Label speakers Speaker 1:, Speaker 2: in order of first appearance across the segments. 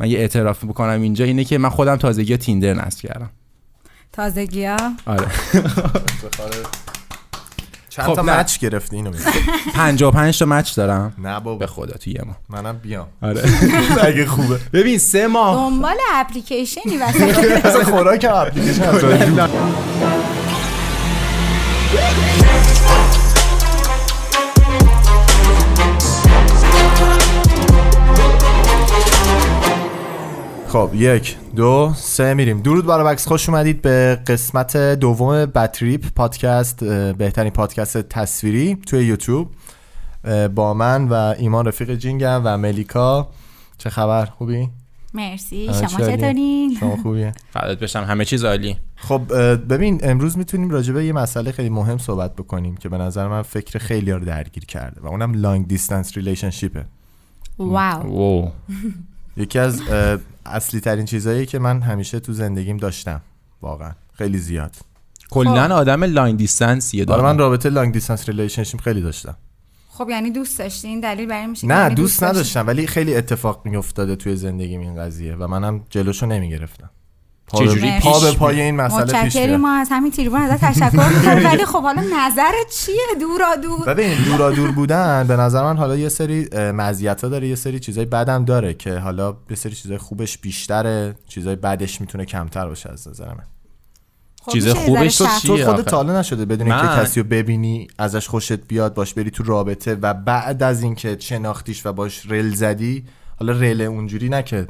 Speaker 1: من یه اعتراف بکنم اینجا اینه که من خودم تازگی ها تیندر نصب کردم
Speaker 2: تازگی ها
Speaker 1: آره
Speaker 3: چند
Speaker 1: خب،
Speaker 3: تا
Speaker 1: نه.
Speaker 3: مچ گرفتی اینو بگو.
Speaker 1: 55 تا مچ دارم
Speaker 3: نه
Speaker 1: به
Speaker 3: بابا
Speaker 1: خدا تو یه ماه
Speaker 3: منم بیام
Speaker 1: آره
Speaker 3: اگه خوبه
Speaker 1: ببین سه ماه
Speaker 2: دنبال اپلیکیشنی وسط
Speaker 3: اصلا خوراکم اپلیکیشن از رادیو. خب یک دو سه میریم درود برای وکس خوش اومدید به قسمت دوم بتریپ پادکست اه، بهترین پادکست تصویری توی یوتیوب اه، با من و ایمان رفیق جینگم و ملیکا چه خبر خوبی؟
Speaker 2: مرسی
Speaker 3: آه،
Speaker 2: شما
Speaker 3: چه عالی.
Speaker 2: چطورین
Speaker 3: شما خوبیه؟
Speaker 1: فدات بشم همه چیز عالی
Speaker 3: خب اه، ببین امروز میتونیم راجع به یه مسئله خیلی مهم صحبت بکنیم که به نظر من فکر خیلی رو درگیر کرده و اونم لانگ دیستنس ریلیشنشیپه
Speaker 2: واو
Speaker 1: وو
Speaker 3: یکی از اصلی ترین چیزهایی که من همیشه تو زندگیم داشتم واقعا خیلی زیاد خب.
Speaker 1: کلا آدم لاین دیستنسیه
Speaker 3: برای من
Speaker 1: دارم
Speaker 3: رابطه لانگ دیستنس ریلیشنشیپ خیلی داشتم
Speaker 2: خب یعنی دوست داشتین دلیل برای این میشه که
Speaker 3: نه
Speaker 2: یعنی
Speaker 3: دوست
Speaker 2: داشتین.
Speaker 3: نداشتم ولی خیلی اتفاق میافتاده توی زندگیم این قضیه و منم جلوشو نمیگرفتم پا به-
Speaker 1: چجوری
Speaker 3: پا
Speaker 1: پیش
Speaker 3: به
Speaker 1: می-
Speaker 3: پای این مسئله پیش
Speaker 2: متشکریم
Speaker 3: میرم
Speaker 2: ما از همین تریبون ازت تشکر میکنیم ولی خب حالا نظرت چیه دورا دور
Speaker 3: ببین دورا دور بودن به نظر من حالا یه سری مزیت ها داره یه سری چیزای بدم داره که حالا یه سری چیزای خوبش بیشتره چیزای بدش میتونه کمتر باشه از نظر من
Speaker 2: خب
Speaker 1: چیز
Speaker 2: میشه یه
Speaker 1: خوبش
Speaker 2: ذره
Speaker 1: تو
Speaker 2: شفاف-
Speaker 1: چیه؟
Speaker 3: تو
Speaker 1: آخه؟
Speaker 3: خودت تا حالا نشده بدون که
Speaker 1: من-
Speaker 3: کسی رو ببینی ازش خوشت بیاد باش بری تو رابطه و بعد از اینکه شناختیش و باش رل زدی حالا رل اونجوری نکرد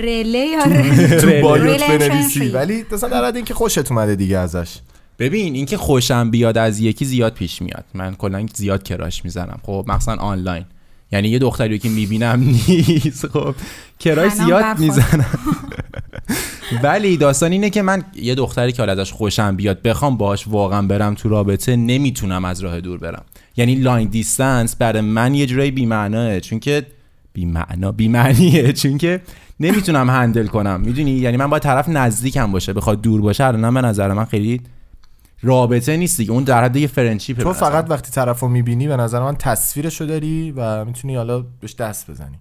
Speaker 2: رله یا رله؟
Speaker 3: تو
Speaker 1: رل.
Speaker 3: بایوت
Speaker 2: رل
Speaker 3: بنویسی
Speaker 2: entry.
Speaker 3: ولی مثلا در حد اینکه خوشت اومده دیگه ازش
Speaker 1: ببین اینکه خوشم بیاد از یکی زیاد پیش میاد من کلا زیاد کراش میزنم خب مخصوصا آنلاین یعنی یه دختری که میبینم نیست خب کراش
Speaker 2: منم
Speaker 1: زیاد
Speaker 2: برخورد.
Speaker 1: میزنم ولی داستان اینه که من یه دختری که حالا ازش خوشم بیاد بخوام باهاش واقعا برم تو رابطه نمیتونم از راه دور برم یعنی لاین دیستنس برای من یه جورایی بی‌معناه چون که بی‌معنا بی‌معنیه چون که نمیتونم هندل کنم میدونی یعنی من باید طرف نزدیکم باشه بخواد دور باشه الان به نظر من خیلی رابطه نیست دیگه اون در حد یه فرنشیپه
Speaker 3: تو
Speaker 1: به نظر
Speaker 3: فقط وقتی طرف رو میبینی به نظر من تصویرش رو داری و میتونی حالا بهش دست بزنی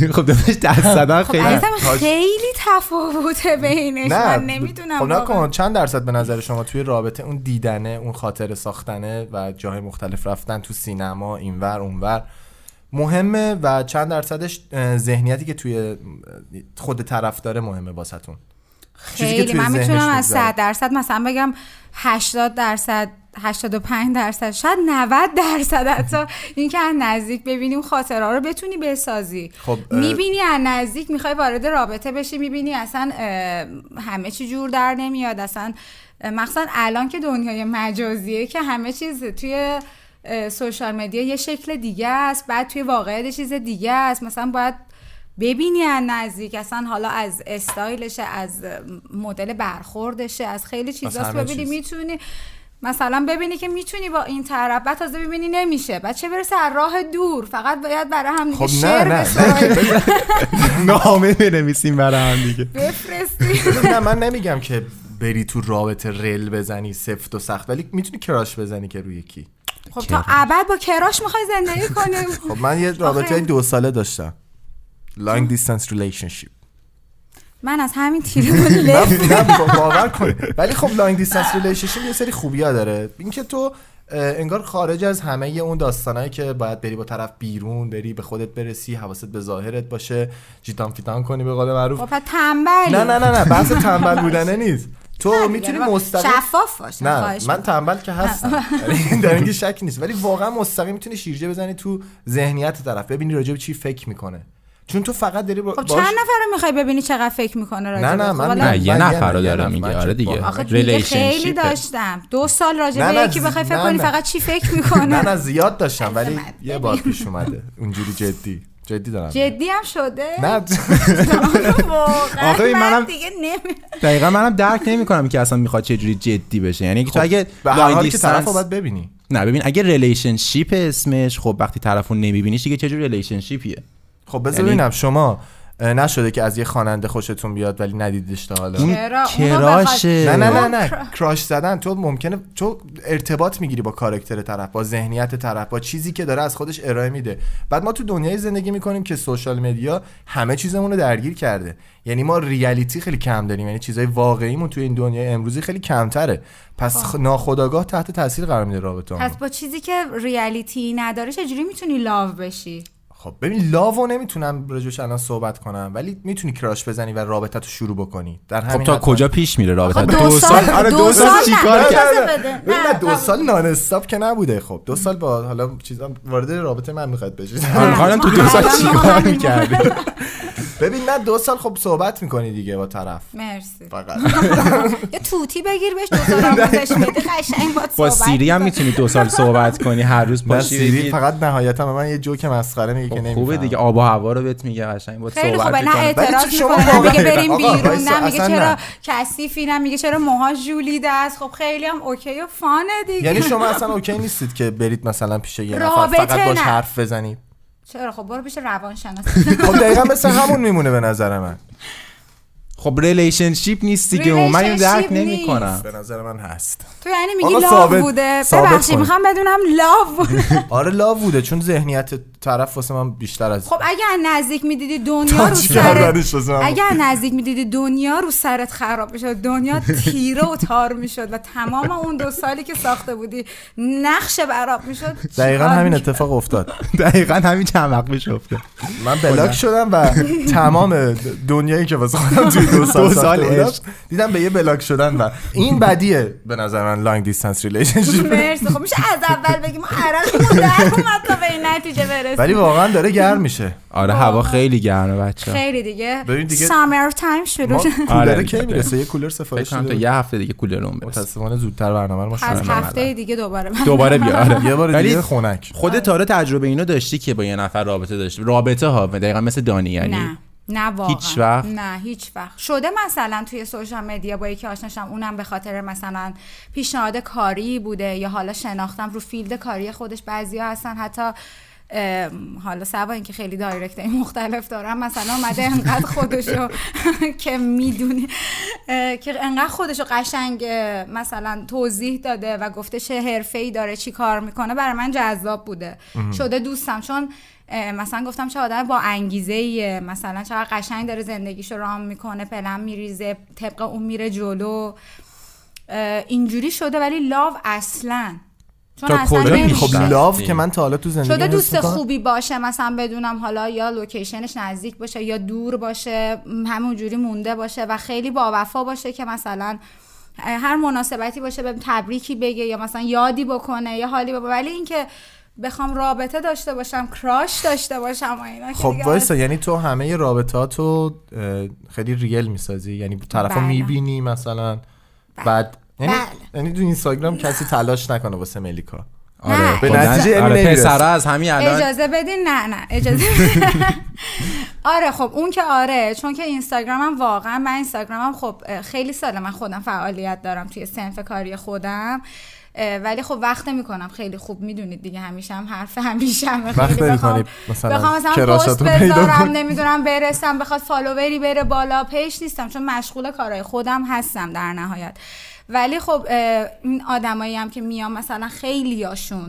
Speaker 1: من. خب داداش دست زدن
Speaker 2: خب
Speaker 1: خیلی
Speaker 2: عزیزم خیلی تفاوته بینش من نمیدونم
Speaker 3: خب
Speaker 2: واقعا.
Speaker 3: نکن چند درصد به نظر شما توی رابطه اون دیدنه اون خاطره ساختنه و جاهای مختلف رفتن تو سینما اینور اونور مهمه و چند درصدش اه، ذهنیتی که توی اه، خود طرف داره مهمه واسهتون چیزی که
Speaker 2: خیلی
Speaker 3: توی
Speaker 2: من
Speaker 3: ذهنش
Speaker 2: میتونم از
Speaker 3: می‌گذره.
Speaker 2: 100 درصد مثلا بگم 80 درصد 85 درصد شاید 90 درصد حتی اینکه از نزدیک ببینیم خاطره رو بتونی بسازی
Speaker 3: خب، اه،
Speaker 2: میبینی از نزدیک میخوای وارد رابطه بشی میبینی اصلا اه، همه چی جور در نمیاد اصلا اه، مخصوصا الان که دنیای مجازیه که همه چیز توی اه، سوشال مدیا یه شکل دیگه است بعد توی واقعیت یه چیز دیگه است مثلا باید ببینی از نزدیک اصلا حالا از استایلشه از مدل برخوردشه از خیلی چیزاست
Speaker 3: همه
Speaker 2: ببینی
Speaker 3: چیز.
Speaker 2: میتونی مثلا ببینی که میتونی با این طرف بعد تازه ببینی نمیشه بعد چه برسه از راه دور فقط باید برای هم دیگه
Speaker 3: خب نه،
Speaker 2: شعر
Speaker 3: نه.
Speaker 2: بسرایی
Speaker 1: نامه بنویسیم برای هم دیگه
Speaker 2: بفرستی
Speaker 3: نه من نمیگم که بری تو رابطه رل بزنی سفت و سخت ولی میتونی کراش بزنی که روی کی
Speaker 2: خب تا ابد با کراش میخوای زندگی کنیم
Speaker 3: خب من یه رابطه
Speaker 2: آخه-
Speaker 3: دو ساله داشتم لانگ دیستنس ریلیشنشیپ
Speaker 2: من از همین تیرمون لفت
Speaker 3: نه با- باور کن ولی خب لانگ دیستنس ریلیشنشیپ یه سری خوبیا داره اینکه تو اه، انگار خارج از همه اون داستانایی که باید بری با طرف بیرون بری به خودت برسی حواست به ظاهرت باشه جیتان فیتان کنی به قول معروف
Speaker 2: خب پس تنبلی
Speaker 3: نه نه نه نه بحث تنبل بودنه نیست تو
Speaker 2: یعنی
Speaker 3: میتونی
Speaker 2: با-
Speaker 3: مستقیم
Speaker 2: شفاف باش
Speaker 3: نه
Speaker 2: خواهش می‌کنم.
Speaker 3: من
Speaker 2: خب.
Speaker 3: تنبل که هستم ولی در اینکه شک نیست ولی واقعا مستقیم میتونی شیرجه بزنی تو ذهنیت طرف ببینی راجع به چی فکر میکنه چون تو فقط داری با-
Speaker 2: خب
Speaker 3: باش-
Speaker 2: چند نفر رو میخوای ببینی چقدر فکر میکنه راجع
Speaker 3: نه، نه،
Speaker 2: بهت؟ خب
Speaker 3: من
Speaker 2: حالا
Speaker 1: نه یه
Speaker 3: من یه
Speaker 1: نفر رو
Speaker 3: نفر،
Speaker 1: دارم
Speaker 3: یه
Speaker 1: میگه
Speaker 3: نفر.
Speaker 1: آره دیگه
Speaker 2: آخه دیگه خیلی
Speaker 1: Relationship.
Speaker 2: داشتم دو سال راجع
Speaker 3: نه،
Speaker 2: به
Speaker 3: نه،
Speaker 2: یکی بخوای فکر
Speaker 3: نه،
Speaker 2: کنی
Speaker 3: نه.
Speaker 2: فقط چی فکر
Speaker 3: نه
Speaker 2: میکنه
Speaker 3: نه زیاد داشتم ولی
Speaker 2: عزیزم،
Speaker 3: یه بار پیش اومده اونجوری جدی جدی دارم
Speaker 2: جدی هم شده
Speaker 1: خب،
Speaker 3: نه
Speaker 1: آخه
Speaker 2: واقعا
Speaker 1: این
Speaker 2: من
Speaker 1: منم-
Speaker 2: دیگه نمی
Speaker 1: دقیقا منم درک نمیکنم که اصلا میخواد چه جوری جدی بشه یعنی تو اگه
Speaker 3: خب، به هر
Speaker 1: لاین
Speaker 3: حال که طرف
Speaker 1: دیستنس
Speaker 3: رو باید ببینی
Speaker 1: نه ببین اگه ریلیشنشیپ اسمش خب وقتی طرفو نمیبینیش دیگه چه جور ریلیشنشیپیه
Speaker 3: خب بذار
Speaker 1: یعنی-
Speaker 3: ببینم شما نشده که از یه خواننده خوشتون بیاد ولی ندیدش تا حالا
Speaker 1: اون
Speaker 2: چرا؟ اونا بخواد-
Speaker 1: کراشه
Speaker 3: نه نه نه
Speaker 2: اوه.
Speaker 3: نه کراش زدن تو ممکنه تو ارتباط میگیری با کاراکتر طرف با ذهنیت طرف با چیزی که داره از خودش ارائه میده بعد ما تو دنیای زندگی میکنیم که سوشال مدیا همه چیزمون رو درگیر کرده یعنی ما ریالیتی خیلی کم داریم یعنی چیزای واقعیمون تو این دنیای امروزی خیلی کمتره پس خ- ناخودآگاه تحت تاثیر قرار میده رابطه
Speaker 2: پس با چیزی که ریالیتی نداره چجوری میتونی لاو بشی
Speaker 3: خب ببین لاو نمیتونم راجوش الان صحبت کنم ولی میتونی کراش بزنی و رابطه تو شروع بکنی در همین
Speaker 1: خب تا
Speaker 3: حد-
Speaker 1: کجا پیش میره رابطه
Speaker 2: خب دو سال
Speaker 3: آره،
Speaker 2: دو سال
Speaker 1: چیکار
Speaker 2: نه،
Speaker 1: کرد؟
Speaker 2: اجازه
Speaker 3: نه،
Speaker 2: بده.
Speaker 3: نه،
Speaker 2: نه،
Speaker 3: نه، دو سال نان استاپ که نبوده خب دو سال با حالا چیزا وارد رابطه من میخواد بشید
Speaker 1: خانم خانم آره، تو دو سال
Speaker 2: الان ما
Speaker 1: چیکار
Speaker 2: همین-
Speaker 1: میکردی
Speaker 3: ببین نه دو سال خب صحبت میکنی دیگه با طرف
Speaker 2: مرسی
Speaker 3: فقط
Speaker 2: یه توتی بگیر بهش دو سال آموزش میده قشنگ باهات
Speaker 1: با
Speaker 2: صحبت
Speaker 1: سیری هم
Speaker 2: می‌کنه.
Speaker 1: میتونی دو سال صحبت کنی هر روز
Speaker 3: نه
Speaker 1: پاشی
Speaker 3: سیری
Speaker 1: بگی
Speaker 3: فقط نهایتا به من یه جوک مسخره میگه که
Speaker 1: خب
Speaker 3: نمیفهم
Speaker 1: خوبه دیگه آب و هوا رو بهت میگه قشنگ با
Speaker 2: خیلی
Speaker 1: صحبت
Speaker 2: خوبه نه
Speaker 1: می‌کنه.
Speaker 2: اعتراض
Speaker 3: ولی تو شما
Speaker 2: میکنه میگه
Speaker 3: واقعا-
Speaker 2: بریم
Speaker 3: آقا،
Speaker 2: بیرون
Speaker 3: وایسا،
Speaker 2: نه میگه
Speaker 3: اصلا
Speaker 2: چرا
Speaker 3: نه.
Speaker 2: کثیفی نه میگه چرا موها ژولیده است خب خیلی هم اوکی و فانه دیگه
Speaker 3: یعنی شما اصلا اوکی نیستید که برید مثلا پیش یه نفر
Speaker 2: رابطه
Speaker 3: فقط باش
Speaker 2: نه.
Speaker 3: حرف بزنید
Speaker 2: چرا خب برو پیش روانشناس
Speaker 3: خب دقیقا مثل همون میمونه به نظر من
Speaker 1: خب ریلیشنشیپ نیست دیگه و من اینو درک
Speaker 2: Relationship
Speaker 1: نمیکنم
Speaker 3: به نظر من هست
Speaker 2: تو یعنی میگی
Speaker 3: آقا
Speaker 2: لاو
Speaker 3: ثابت-
Speaker 2: بوده
Speaker 3: ثابت
Speaker 2: ببخشید
Speaker 3: کنید.
Speaker 2: میخوام بدونم لاو بوده
Speaker 3: آره لا بوده چون ذهنیت طرف واسه من بیشتر از
Speaker 2: خب اگه از نزدیک میدیدی دنیا رو
Speaker 3: تاچ
Speaker 2: سرت
Speaker 3: کردنش واسه من
Speaker 2: اگه از نزدیک میدیدی دنیا رو سرت خراب میشد دنیا تیره و تار میشد و تمام اون دو سالی که ساخته بودی نقش براب میشد
Speaker 3: دقیقا همین اتفاق افتاد
Speaker 1: دقیقا همین چند وقت پیش افتاد
Speaker 3: من بلاک شدم و تمام دنیایی که واسه خودم توی دو سال,
Speaker 1: دو سال
Speaker 3: ساخته بودم،
Speaker 1: عشق.
Speaker 3: دیدم به یه بلاک شدن و این بدیه به نظر من لانگ دیستنس ریلیشنشیپ
Speaker 2: مرسی خب میشه از اول بگیم ما عرقمون در اومد تا به این نتیجه برسیم
Speaker 3: ولی واقعا داره گرم میشه
Speaker 1: آره هوا خیلی گرمه بچه
Speaker 2: خیلی دیگه
Speaker 3: ببین دیگه-
Speaker 2: سامر تایم شروع
Speaker 3: ما
Speaker 2: شد
Speaker 1: آره،
Speaker 3: کولر کی
Speaker 1: دیگه.
Speaker 3: میرسه یه کولر سفارش
Speaker 1: فکر کنم تا
Speaker 3: شده
Speaker 1: یه هفته دیگه کولرون برسه
Speaker 3: متاسفانه زودتر برنامه رو ما شروع
Speaker 2: از
Speaker 1: سلام
Speaker 3: کردیم.
Speaker 2: هفته
Speaker 1: علیکم.
Speaker 2: دیگه دوباره
Speaker 1: دوباره بیا آره.
Speaker 3: یه بار
Speaker 1: ولی
Speaker 3: دیگه خنک
Speaker 2: آره.
Speaker 1: خود تاره تجربه اینو داشتی که با یه نفر رابطه داشتی رابطه ها دقیقا مثل دانی یعنی
Speaker 2: نه نه واقعا
Speaker 1: هیچ وقت؟
Speaker 2: نه هیچ وقت شده مثلا توی سوشال مدیا با یکی آشنا شدم اونم به خاطر مثلا پیشنهاد کاری بوده یا حالا شناختم رو فیلد کاری خودش بعضیا هستن حتی ام، حالا سوا اینکه خیلی دایرکت مختلف دارم مثلا اومده انقدر خودشو که میدونی اه، که انقدر خودشو قشنگ اه، مثلا توضیح داده و گفته چه حرفه ای داره چی کار میکنه برای من جذاب بوده شده دوستم چون اه، مثلا گفتم چه آدم با انگیزه ایه مثلا چقدر قشنگ داره زندگیشو رام میکنه پلن میریزه طبق اون میره جلو اه، اینجوری شده ولی لاو اصلا چون
Speaker 1: تا
Speaker 2: اصلا
Speaker 1: کجا
Speaker 2: نمیشه.
Speaker 1: می‌خوای؟
Speaker 3: خب
Speaker 1: شد.
Speaker 3: لاو که من تا حالا تو زندگی
Speaker 2: شده
Speaker 3: حس
Speaker 2: دوست
Speaker 3: می‌کنم.
Speaker 2: خوبی باشه مثلا بدونم حالا یا لوکیشنش نزدیک باشه یا دور باشه م، همونجوری مونده باشه و خیلی با وفا باشه که مثلا اه، هر مناسبتی باشه به تبریکی بگه یا مثلا یادی بکنه یا حالی بکنه ولی اینکه بخوام رابطه داشته باشم کراش داشته باشم و اینا که
Speaker 3: خب
Speaker 2: دیگه
Speaker 3: وایسا یعنی تو همه رابطاتو اه، خیلی ریل میسازی یعنی طرفا
Speaker 2: بله.
Speaker 3: میبینی مثلا بعد یعنی
Speaker 2: بله.
Speaker 3: یعنی تو اینستاگرام کسی تلاش نکنه واسه ملیکا
Speaker 1: آره
Speaker 2: نه.
Speaker 1: به
Speaker 2: به
Speaker 3: نتیجه علمی
Speaker 1: آره
Speaker 3: نمیرسه.
Speaker 1: پسرا از همین الان
Speaker 2: اجازه بدین نه نه اجازه آره خب اون که آره چون که اینستاگرامم واقعا من اینستاگرامم خب اه، خیلی ساله من خودم فعالیت دارم توی سنف کاری خودم اه، ولی خب وقت میکنم خیلی خوب میدونید دیگه همیشه هم حرف همیشه هم
Speaker 3: وقت
Speaker 2: خیلی بخوام
Speaker 3: نمی‌کنی مثلا
Speaker 2: بخوام مثلا
Speaker 3: کراشات
Speaker 2: پست
Speaker 3: رو پیدا
Speaker 2: بذارم
Speaker 3: کنی.
Speaker 2: نمیدونم برسم بخواد فالووری بره بالا پیش نیستم چون مشغول کارهای خودم هستم در نهایت ولی خب اه، این آدمایی هم که میام مثلا خیلی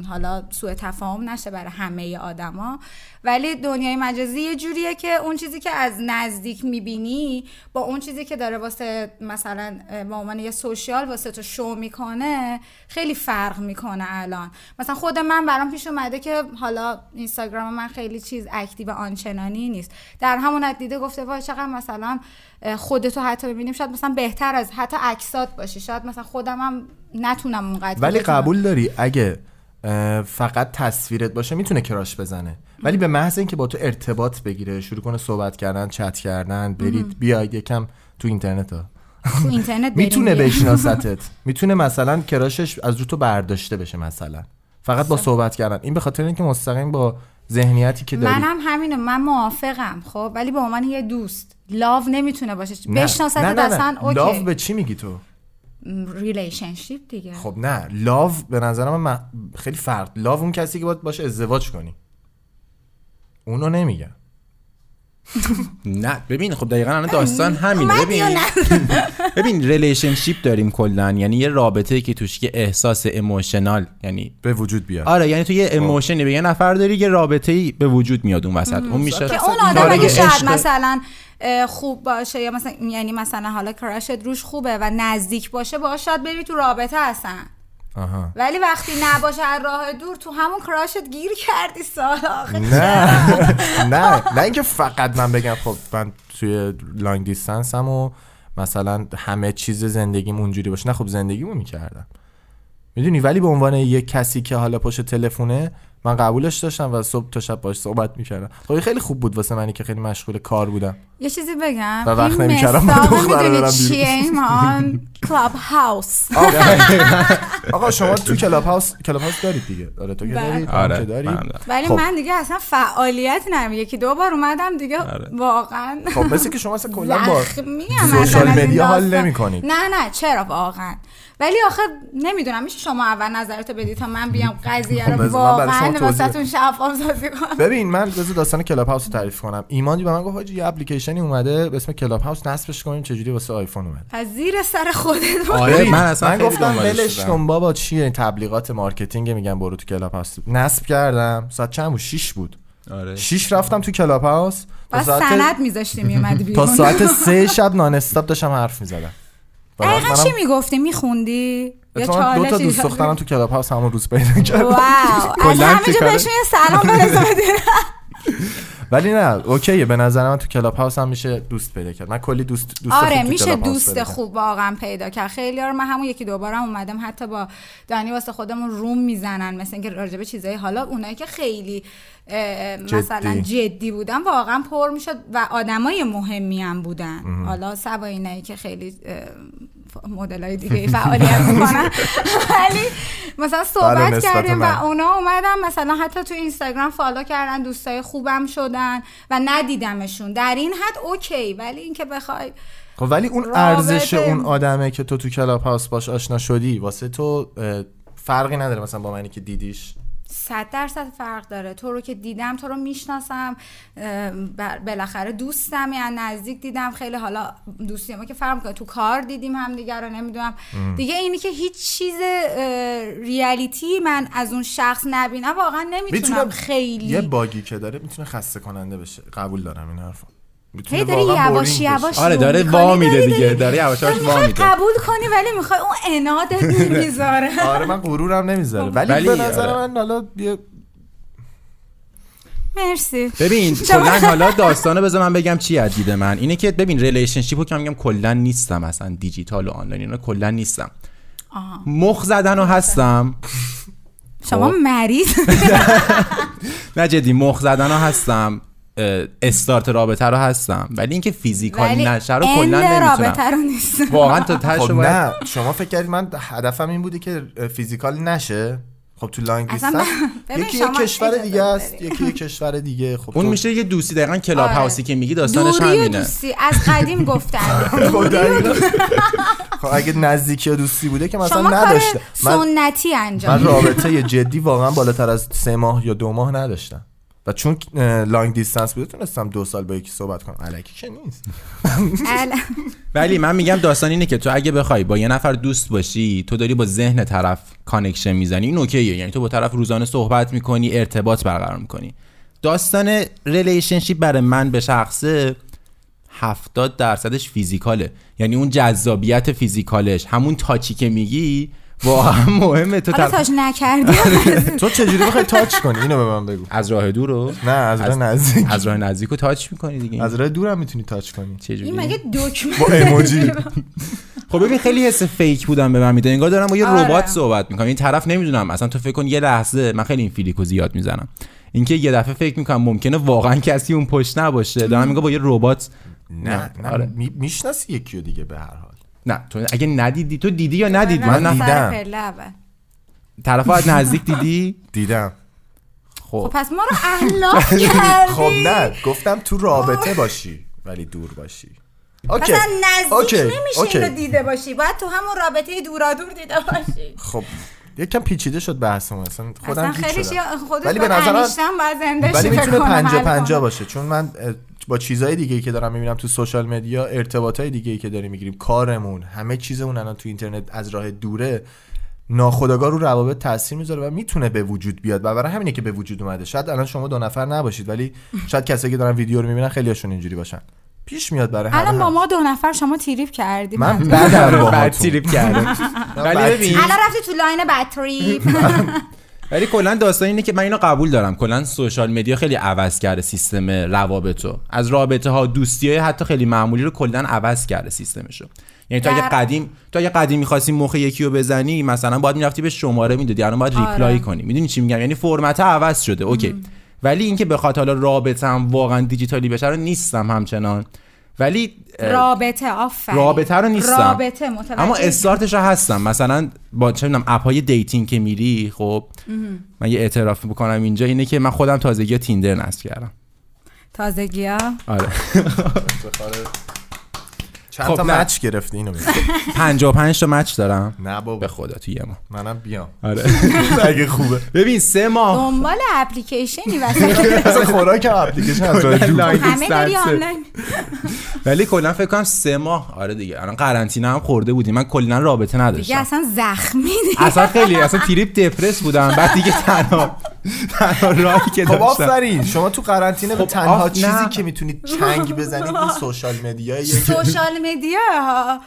Speaker 2: حالا سوء تفاهم نشه برای همه آدما ولی دنیای مجازی یه جوریه که اون چیزی که از نزدیک میبینی با اون چیزی که داره واسه مثلا اه، به عنوان یه سوشیال واسه تو شو میکنه خیلی فرق میکنه الان مثلا خود من برام پیش اومده که حالا اینستاگرام من خیلی چیز اکتیو آنچنانی نیست در همون حد دیده گفته وای چقدر مثلا اه، خودتو حتی ببینیم شاید مثلا بهتر از حتی عکسات باشی شاید مثلا خودم هم نتونم اونقدر
Speaker 3: ولی
Speaker 2: بتونم.
Speaker 3: قبول داری اگه اه، فقط تصویرت باشه میتونه کراش بزنه ولی به محض اینکه با تو ارتباط بگیره شروع کنه صحبت کردن چت کردن برید بیاید یکم تو اینترنت ها
Speaker 2: تو اینترنت بریم
Speaker 3: میتونه
Speaker 2: بیا.
Speaker 3: بشناستت میتونه مثلا کراشش از رو تو برداشته بشه مثلا فقط با صحبت کردن این به خاطر اینکه مستقیم با ذهنیتی که داری
Speaker 2: منم همینو من موافقم خب ولی به عنوان یه دوست لاو نمیتونه باشه
Speaker 3: نه.
Speaker 2: بشناست
Speaker 3: نه، نه، نه.
Speaker 2: اصلا
Speaker 3: لاو
Speaker 2: اوکی
Speaker 3: به چی میگی تو
Speaker 2: ریلیشنشیپ دیگه
Speaker 3: خب نه لاو به نظر من م- خیلی فرق لاو اون کسی که باید باشه ازدواج کنی اونو نمیگم
Speaker 1: نه ببین خب دقیقا الان داستان همینه
Speaker 2: اومد یا
Speaker 1: ببین ببین ریلیشنشیپ داریم کلا یعنی یه رابطه که توش که احساس اموشنال یعنی
Speaker 3: به وجود بیاد
Speaker 1: آره یعنی تو یه اموشنی به یه نفر داری که رابطه ای به وجود میاد اون وسط اون میشه
Speaker 2: که اون آدم
Speaker 1: داره
Speaker 2: اگه
Speaker 1: یه
Speaker 2: شاید
Speaker 1: عشق-
Speaker 2: مثلا اه، خوب باشه یا مثلا یعنی مثلا حالا کراشت روش خوبه و نزدیک باشه باهاش شاید بری تو رابطه هستن
Speaker 3: آها.
Speaker 2: ولی وقتی نباشه از راه دور تو همون کراشت گیر کردی سال آخر
Speaker 3: نه نه نه اینکه فقط من بگم خب من توی لانگ دیستنسم و مثلا همه چیز زندگیم اونجوری باشه نه خب زندگیمو میکردم میدونی ولی به عنوان یه کسی که حالا پشت تلفونه من قبولش داشتم و صبح تا شب باش صحبت میکردم خب این خیلی خوب بود واسه منی که خیلی مشغول کار بودم
Speaker 2: یه چیزی بگم
Speaker 3: و وقت
Speaker 2: این
Speaker 3: نمی‌کردم با
Speaker 2: مصداق
Speaker 3: دختر
Speaker 2: می‌دونی
Speaker 3: برم بیرون.
Speaker 2: چیه ایمان کلاب هاوس
Speaker 3: آقا شما تو کلاب هاوس کلاب هاوس دارید دیگه آره تو که
Speaker 2: بله.
Speaker 3: داری آره.
Speaker 1: آره
Speaker 3: که داری
Speaker 1: منم دارم.
Speaker 2: ولی
Speaker 3: خب.
Speaker 2: من دیگه اصلا فعالیت نم یکی دو بار اومدم دیگه واقعا
Speaker 3: خب مثل که شما اصلا کلا با
Speaker 2: بله. زخمیم
Speaker 3: سوشال
Speaker 2: اصلا از این
Speaker 3: مدیا حال
Speaker 2: داستان.
Speaker 3: نمی‌کنید.
Speaker 2: نه نه چرا واقعا ولی آخه نمیدونم میشه شما اول نظرتو بدی تا من بیام قضیه
Speaker 3: خب،
Speaker 2: رو
Speaker 3: بذار من برای شما
Speaker 2: واقعا
Speaker 3: توضیح بدم.
Speaker 2: واسهتون شفاف سازی کنم
Speaker 3: ببین من بذار داستان کلاب هاوس رو تعریف کنم ایمانی به من گفت حاجی یه اپلیکیشنی اومده به اسم کلاب هاوس نصبش کنیم چجوری واسه آیفون اومده
Speaker 2: از زیر سر خودت
Speaker 1: آره،
Speaker 2: برو.
Speaker 1: من اصلا
Speaker 3: من
Speaker 1: خیلی
Speaker 3: گفتم
Speaker 1: دنبالش
Speaker 3: ولش
Speaker 1: بودم.
Speaker 3: کن بابا چیه این تبلیغات مارکتینگ میگن برو تو کلاب هاوس نصب کردم ساعت چند بود 6 بود
Speaker 1: آره
Speaker 3: 6 رفتم تو کلاب هاوس تا
Speaker 2: با
Speaker 3: ساعت
Speaker 2: سند میذاشتی میومدی
Speaker 3: تا
Speaker 2: بیرون
Speaker 3: ساعت 3 شب نان استاپ داشتم حرف میزدم
Speaker 2: دقیقا چی میگفتی میخوندی یا
Speaker 3: آره، دو تا
Speaker 2: چالشی
Speaker 3: دوست دخترم تو کلاب هاوس همون روز پیدا کردم
Speaker 2: واو از
Speaker 1: کلاً
Speaker 2: همه جا
Speaker 1: چیکاره؟
Speaker 2: بهشون یه سلام برسونید
Speaker 3: ولی نه اوکیه به نظر من تو کلاب هاوس هم میشه دوست پیدا کرد من کلی دوست دوست خوب
Speaker 2: آره
Speaker 3: تو
Speaker 2: میشه
Speaker 3: کلاب هاوس
Speaker 2: دوست
Speaker 3: پیدا کردم.
Speaker 2: خوب واقعا پیدا کرد خیلی رو من همون یکی دوبارم اومدم حتی با دانی واسه خودمون روم میزنن مثل اینکه راجع به چیزایی حالا اونایی که خیلی اه، مثلا جدی بودن واقعا پر میشد و آدمای مهمی هم بودن حالا سوای اینایی که خیلی مدل های دیگه فعالیت میکنن ولی مثلا
Speaker 3: بله،
Speaker 2: صحبت
Speaker 3: نسبت
Speaker 2: کردیم
Speaker 3: من.
Speaker 2: و اونا اومدن مثلا حتی تو اینستاگرام فالو کردن دوستای خوبم شدن و ندیدمشون در این حد اوکی ولی اینکه بخوای
Speaker 3: خب ولی اون
Speaker 2: رابطه-
Speaker 3: ارزش اون آدمه که تو تو کلاب هاوس باش آشنا شدی واسه تو اه، فرقی نداره مثلا با منی که دیدیش
Speaker 2: صد درصد فرق داره تو رو که دیدم تو رو میشناسم ام، بر- بالاخره دوستم از نزدیک دیدم خیلی حالا دوستی ما که فرق میکنه تو کار دیدیم هم دیگر رو نمیدونم دیگه اینی که هیچ چیز اه، ریالیتی من از اون شخص نبینم واقعا نمیتونم
Speaker 3: میتونم یه
Speaker 2: خیلی
Speaker 3: باگی که داره میتونه خسته کننده بشه قبول دارم این حرفو میتونه
Speaker 2: هی داری
Speaker 3: واقعا
Speaker 2: یواش
Speaker 3: boring بشه.
Speaker 2: یواش
Speaker 1: آره داره
Speaker 2: شروع می‌کنی،
Speaker 1: وا میده
Speaker 2: داری-
Speaker 1: دیگه
Speaker 2: داری-
Speaker 1: داره یواش یواش وا
Speaker 2: می‌خوای
Speaker 1: میده
Speaker 2: قبول کنی ولی میخوای اون انادت نمیذاره
Speaker 3: آره من غرورم نمیذاره ولی,
Speaker 1: ولی
Speaker 3: به نظر
Speaker 1: آره.
Speaker 3: من حالا یه
Speaker 2: مرسی
Speaker 1: ببین کلا حالا داستانو بذار من بگم چی از دید من اینه که ببین ریلیشنشیپو که من میگم کلا نیستم اصلا دیجیتال و آنلاین اینا کلا نیستم
Speaker 2: آها.
Speaker 1: مخ زدن و هستم
Speaker 2: شما
Speaker 1: خب.
Speaker 2: مریض
Speaker 1: نه جدی مخ زدن ها هستم اه، استارت رابطه رو هستم ولی اینکه فیزیکال
Speaker 2: ولی
Speaker 1: نشه رو
Speaker 2: end
Speaker 1: کلا نمیتونم
Speaker 2: رابطه رو نیست
Speaker 1: واقعا تا تهش
Speaker 3: خب
Speaker 1: رو باید-
Speaker 3: نه شما فکر کردید من هدفم این بوده که فیزیکال نشه خب تو لانگ
Speaker 2: اصلا
Speaker 3: دیستنس
Speaker 2: ببین
Speaker 3: یکی یه
Speaker 2: شما
Speaker 3: کشور
Speaker 2: اجازه
Speaker 3: دیگه است
Speaker 2: داری.
Speaker 3: یکی یه کشور دیگه خب
Speaker 1: اون
Speaker 3: تو-
Speaker 1: میشه یه دوستی دقیقا کلاب
Speaker 2: آره.
Speaker 1: هاوسی که میگی داستانش
Speaker 2: دوری و
Speaker 1: همینه
Speaker 2: دوستی از قدیم گفتن
Speaker 3: خب دقیقاً. خب اگه نزدیکی یا دوستی بوده که مثلا
Speaker 2: شما کار
Speaker 3: نداشته من,
Speaker 2: سنتی انجام
Speaker 3: من
Speaker 2: میدید.
Speaker 3: رابطه یه جدی واقعا بالاتر از سه ماه یا دو ماه نداشتم و چون اه، لانگ دیستنس بوده تونستم دو سال با یکی صحبت کنم علکی که نیست
Speaker 2: ال-
Speaker 1: ولی من میگم داستان اینه که تو اگه بخوای با یه نفر دوست باشی تو داری با ذهن طرف کانکشن میزنی این اوکیه یعنی تو با طرف روزانه صحبت میکنی ارتباط برقرار میکنی داستان ریلیشنشیپ برای من به شخصه 70 درصدش فیزیکاله یعنی اون جذابیت فیزیکالش همون تاچی که میگی واقعا مهمه تو
Speaker 2: حالا
Speaker 1: طرف-
Speaker 2: تاش نکردی
Speaker 1: آره.
Speaker 3: تو چجوری بخوای تاچ کنی اینو به من بگو
Speaker 1: از راه دور رو
Speaker 3: نه از راه نزدیک
Speaker 1: از راه نزدیک رو تاچ میکنی دیگه
Speaker 3: از راه دورم میتونی تاچ کنی
Speaker 1: چجوری؟
Speaker 2: این مگه دکمه
Speaker 3: با ایموجی
Speaker 1: خب ببین خیلی حس فیک بودن به من میده انگار دارم با یه
Speaker 2: آره.
Speaker 1: ربات صحبت میکنم این طرف نمیدونم اصلا تو فکر کن یه لحظه من خیلی این فیلیکو زیاد میزنم اینکه یه دفعه فکر میکنم ممکنه واقعا کسی اون پشت نباشه دارم میگم با یه ربات
Speaker 3: نه نه
Speaker 1: آره.
Speaker 3: می- میشناسی یکی رو دیگه به هر حال
Speaker 1: نه تو اگه ندیدی تو دیدی یا ندیدی
Speaker 2: من
Speaker 1: من نه
Speaker 3: دیدم.
Speaker 2: سر پله اول.
Speaker 1: طرف از نزدیک دیدی
Speaker 3: دیدم
Speaker 2: خب
Speaker 1: خب
Speaker 2: پس ما رو احلاف کردی
Speaker 3: خب نه گفتم تو رابطه باشی ولی دور باشی اوکی
Speaker 2: مثلا نزدیک
Speaker 3: اوکی.
Speaker 2: نمیشه
Speaker 3: اوکی.
Speaker 2: اینو دیده باشی باید تو همون رابطه دورادور دیده باشی
Speaker 3: خب یکم پیچیده شد بحثمون اصلا خودم
Speaker 2: اصلا
Speaker 3: گیج
Speaker 2: خیلی
Speaker 3: شدم.
Speaker 2: شیا- خودت
Speaker 3: ولی
Speaker 2: ولی
Speaker 3: به نظرم
Speaker 2: باید زنده
Speaker 3: ولی
Speaker 2: شی، فکر
Speaker 3: میتونه
Speaker 2: کنم،
Speaker 3: پنجا
Speaker 2: حل کنم.
Speaker 3: پنجا باشه چون من اه، با چیزهای دیگه که دارم میبینم تو سوشال مدیا ارتباط های دیگه که داریم میگیریم کارمون همه چیزمون الان تو اینترنت از راه دوره ناخودآگاه رو روابط تاثیر میذاره و میتونه به وجود بیاد و برای همینه که به وجود اومده شاید الان شما دو نفر نباشید ولی شاید کسایی که دارن ویدیو رو میبینن خیلیشون اینجوری باشن پیش میاد برای همه
Speaker 2: الان با
Speaker 3: هم.
Speaker 2: ما دو نفر شما تریپ کردی
Speaker 3: آره. من
Speaker 2: من-
Speaker 3: بدم
Speaker 1: بعد
Speaker 3: باهاتون
Speaker 1: تریپ کرده
Speaker 3: بد
Speaker 1: ولی ببین
Speaker 2: الان رفتی تو لاین بد تریپ
Speaker 1: ولی کلا داستان اینه که من اینو قبول دارم کلا سوشال مدیا خیلی عوض کرده سیستم روابطو از رابطه ها دوستی های حتی خیلی معمولی رو کلا عوض کرده سیستمشو یعنی تو اگه
Speaker 2: در-
Speaker 1: قدیم تو اگه قدیم میخواستی مخ یکی رو بزنی مثلا باید میرفتی به شماره میدادی الان باید
Speaker 2: آره.
Speaker 1: ریپلای کنی میدونی چی میگم یعنی فرمت عوض شده اوکی ولی اینکه به خاطر حالا رابطه هم واقعا دیجیتالی بشه رو نیستم همچنان ولی اه،
Speaker 2: رابطه آفرین
Speaker 1: رابطه رو نیستم
Speaker 2: رابطه متوجه
Speaker 1: اما استارتش رو هستم مثلا با چه میدونم اپ های دیتینگ که میری خب من یه اعتراف بکنم اینجا اینه که من خودم تازگی تیندر نصب کردم
Speaker 2: تازگی ها
Speaker 1: آره
Speaker 3: چند
Speaker 1: خب،
Speaker 3: تا
Speaker 1: نه.
Speaker 3: مچ گرفتی اینو بگو.
Speaker 1: 55 تا مچ دارم
Speaker 3: نه بابا
Speaker 1: به خدا تو یه ماه
Speaker 3: منم بیام
Speaker 1: آره
Speaker 3: اگه خوبه
Speaker 1: ببین سه ماه
Speaker 2: دنبال اپلیکیشنی وسط
Speaker 3: اصلا خوراک هم اپلیکیشن از راه دور.
Speaker 1: لاین
Speaker 2: همه داری
Speaker 1: دیستنسه.
Speaker 2: آنلاین
Speaker 1: ولی کلا فکر کنم سه ماه آره دیگه الان قرنطینه هم خورده بودیم من کلا رابطه
Speaker 2: دیگه
Speaker 1: نداشتم
Speaker 2: اصلا زخمی دی.
Speaker 1: اصلا خیلی اصلا تریپ دپرس بودم بعد دیگه تنها تنها راهی که
Speaker 3: خب
Speaker 1: داشتم
Speaker 3: آفرین شما تو قرنطینه به تنها
Speaker 1: آف-
Speaker 3: چیزی
Speaker 1: نه.
Speaker 3: که میتونید چنگ بزنید این سوشال مدیای
Speaker 2: سوشال مدیا ها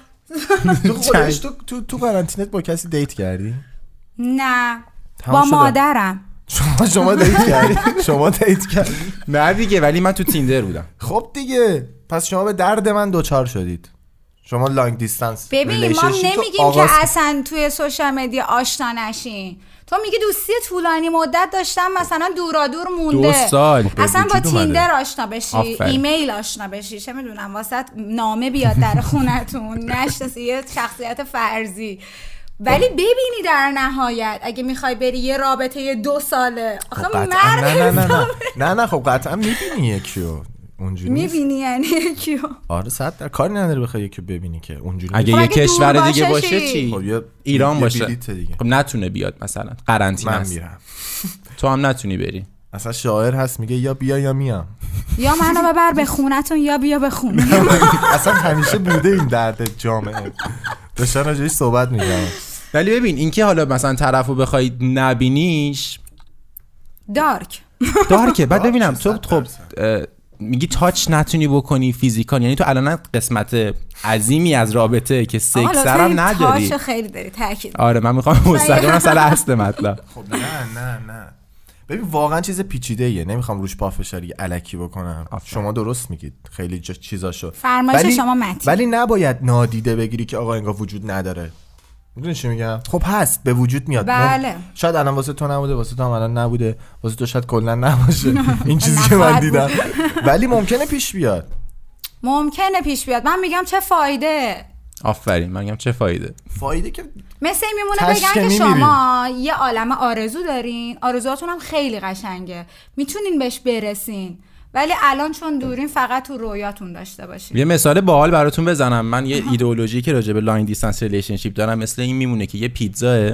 Speaker 3: تو خودش تو تو, تو قرنطینت با کسی دیت کردی
Speaker 2: نه
Speaker 3: تموم
Speaker 2: با
Speaker 3: شده.
Speaker 2: مادرم
Speaker 3: شما شما دیت کردی شما دیت کردی
Speaker 1: نه دیگه ولی من تو تیندر بودم
Speaker 3: خب دیگه پس شما به درد من دوچار شدید شما لانگ دیستانس
Speaker 2: ببین ما
Speaker 3: ریلیشنشیپ رو
Speaker 2: نمیگیم
Speaker 3: آغاز-
Speaker 2: که اصلا توی سوشال مدیا آشنا نشین تو میگی دوستی طولانی مدت داشتم مثلا دورا دور مونده
Speaker 1: دو سال به
Speaker 2: اصلا با
Speaker 1: وجود اومده.
Speaker 2: تیندر آشنا بشی
Speaker 1: آفرین.
Speaker 2: ایمیل آشنا بشی چه میدونم واسط نامه بیاد در خونتون نشناسی یه شخصیت فرضی ولی ببینی در نهایت اگه میخوای بری یه رابطه دو ساله
Speaker 3: خب
Speaker 2: آخه
Speaker 3: قطعاً
Speaker 2: مرد
Speaker 3: نه نه نه
Speaker 2: حساب
Speaker 3: نه نه نه خب قطعا میبینی یکی رو اونجوری نیست.
Speaker 2: میبینی یعنی کیو
Speaker 3: آره صد در کاری نداره بخوای یکی رو ببینی که اونجوری
Speaker 1: اگه یه
Speaker 2: خب اگه دور
Speaker 1: کشور دیگه
Speaker 2: باشه
Speaker 1: باشه
Speaker 2: چی؟
Speaker 1: چی
Speaker 3: خب یه-
Speaker 1: ایران
Speaker 3: یه
Speaker 1: باشه
Speaker 3: بلیط دیگه.
Speaker 1: خب نتونه بیاد مثلا قرنطینه
Speaker 3: من
Speaker 1: است
Speaker 3: میرم
Speaker 1: تو هم نتونی بری
Speaker 3: اصلا شاعر هست میگه یا بیا یا میام
Speaker 2: یا منو ببر به خونتون یا بیا به خونه
Speaker 3: اصلا همیشه بوده این درد جامعه داشتن راجعش صحبت میکنم
Speaker 1: ولی ببین اینکه حالا مثلا طرفو بخوای نبینیش
Speaker 2: دارک
Speaker 1: دارکه بعد
Speaker 3: دارک
Speaker 1: ببینم تو
Speaker 3: چه صد
Speaker 1: خب
Speaker 3: درصد.
Speaker 1: اه، میگی تاچ نتونی بکنی فیزیکال یعنی تو الان قسمت عظیمی از رابطه که
Speaker 2: آقا
Speaker 1: سکس
Speaker 2: لطفاً این
Speaker 1: هم نداری
Speaker 2: تاشو خیلی داری تاکید
Speaker 1: آره من میخوام مستقیم سر اصل مطلب
Speaker 3: خب نه نه نه ببین واقعا چیز پیچیده ایه نمیخوام روش پافشاری علکی بکنم
Speaker 1: آفرین.
Speaker 3: شما درست میگید خیلی جا چیزا شد
Speaker 2: فرمایش شما متین.
Speaker 3: ولی نباید نادیده بگیری که آقا انگار وجود نداره میدونی چی میگم خب هست به وجود میاد
Speaker 2: بله.
Speaker 3: من- شاید الان واسه تو نبوده واسه تو هم الان نبوده واسه تو شاید کلا نباشه این چیزی که من
Speaker 2: نخواهد
Speaker 3: دیدم ولی ممکنه پیش بیاد
Speaker 2: ممکنه پیش بیاد من میگم چه فایده
Speaker 1: آفرین من میگم چه فایده
Speaker 3: فایده که
Speaker 2: مثل این میمونه
Speaker 3: تش
Speaker 2: بگن که
Speaker 3: که می‌بینی.
Speaker 2: شما یه عالم آرزو دارین آرزوهاتون هم خیلی قشنگه میتونین بهش برسین ولی الان چون دورین فقط تو رویاتون داشته باشین
Speaker 1: یه مثال باحال براتون بزنم من یه ایدئولوژی که راجع به لاین دیستنس ریلیشنشیپ دارم مثل این میمونه که یه پیتزاه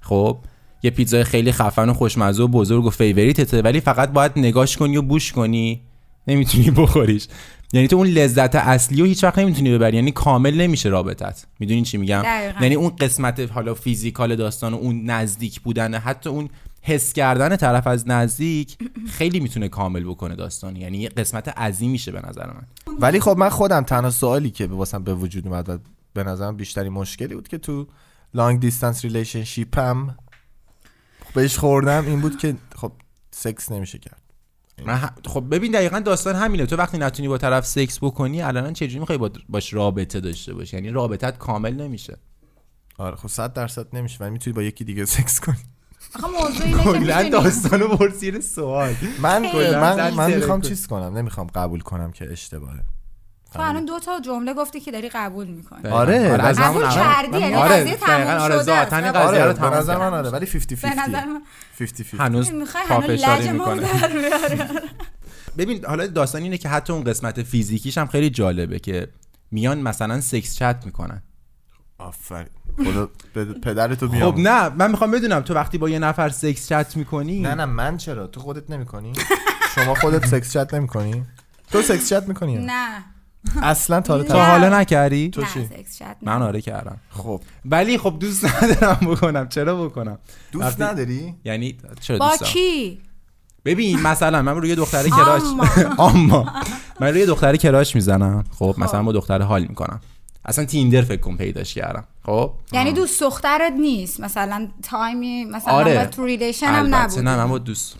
Speaker 1: خب یه پیتزای خیلی خفن و خوشمزه و بزرگ و فیوریتته ولی فقط باید نگاش کنی و بوش کنی نمیتونی بخوریش یعنی تو اون لذت اصلی رو هیچ وقت نمیتونی ببری یعنی کامل نمیشه رابطت میدونی چی میگم
Speaker 2: دقیقاً.
Speaker 1: یعنی اون قسمت حالا فیزیکال داستان و اون نزدیک بودن حتی اون حس کردن طرف از نزدیک خیلی میتونه کامل بکنه داستان یعنی یه قسمت عظیم میشه به نظر من
Speaker 3: ولی خب من خودم تنها سوالی که به- واسم به وجود اومد و به نظرم بیشترین مشکلی بود که تو لانگ دیستانس ریلیشنشیپ هم بهش خوردم این بود که خب سکس نمیشه کرد
Speaker 1: من ه- خب ببین دقیقا داستان همینه تو وقتی نتونی با طرف سکس بکنی الان چجوری میخوای با باش رابطه داشته باشی یعنی رابطت کامل نمیشه
Speaker 3: آره خب 100 درصد نمیشه ولی میتونی با یکی دیگه سکس کنی
Speaker 2: آخه موضوع اینه که می‌تونی-
Speaker 1: داستانو برسیر سوال
Speaker 3: من
Speaker 1: کلاً
Speaker 3: من
Speaker 1: زن
Speaker 3: من
Speaker 1: سره
Speaker 3: میخوام
Speaker 1: کن.
Speaker 3: چیز کنم نمیخوام قبول کنم که اشتباهه
Speaker 2: تو الان دو تا جمله گفتی که داری قبول
Speaker 1: بله.
Speaker 2: میکنی
Speaker 3: آره،
Speaker 1: از همون
Speaker 3: قبول
Speaker 1: اول.
Speaker 2: کردی، یعنی
Speaker 1: آره،
Speaker 2: قضیه تموم
Speaker 1: دقیقاً، آره،
Speaker 2: شده است.
Speaker 1: ذاتاً
Speaker 2: قضیه
Speaker 3: آره
Speaker 1: رو
Speaker 3: به
Speaker 1: تموم
Speaker 3: نظر
Speaker 1: کرد.
Speaker 3: من آره ولی 50 50
Speaker 2: به نظر من
Speaker 3: 50 50
Speaker 1: هنوز
Speaker 2: میخوای هنوز
Speaker 1: پافشاری
Speaker 2: لجمون
Speaker 1: میکنه
Speaker 2: در بیاره.
Speaker 1: ببین حالا داستان اینه که حتی اون قسمت فیزیکیش هم خیلی جالبه که میان مثلا سکس چت میکنن
Speaker 3: آفرین خدا به پدرتو بیام
Speaker 1: خب نه من میخوام بدونم تو وقتی با یه نفر سکس چت میکنی
Speaker 3: نه نه من چرا تو خودت نمیکنی شما خودت سکس چت نمیکنی تو سکس چت میکنی
Speaker 2: نه
Speaker 3: اصلا تا حالا
Speaker 1: تا
Speaker 2: نه.
Speaker 3: تجربه-
Speaker 1: حالا نکردی
Speaker 3: تو
Speaker 2: نه
Speaker 3: چی؟
Speaker 2: سکس شد نه.
Speaker 1: من آره کردم
Speaker 3: خب
Speaker 1: ولی خب دوست ندارم بکنم چرا بکنم
Speaker 3: دوست
Speaker 1: وقتی-
Speaker 3: نداری
Speaker 1: یعنی چرا
Speaker 2: با
Speaker 1: دوست دارم؟
Speaker 2: کی
Speaker 1: ببین مثلا من روی دختره کراش
Speaker 2: آما.
Speaker 1: آما من روی دختره کراش میزنم خب
Speaker 2: خب.
Speaker 1: مثلا با دختره حال میکنم اصلا تیندر فکر کن پیداش کردم خب
Speaker 2: یعنی دوست دخترت نیست مثلا تایمی مثلا
Speaker 1: آره.
Speaker 2: با تو ریلیشن هم
Speaker 1: البته
Speaker 2: نبود
Speaker 1: نه من با دوست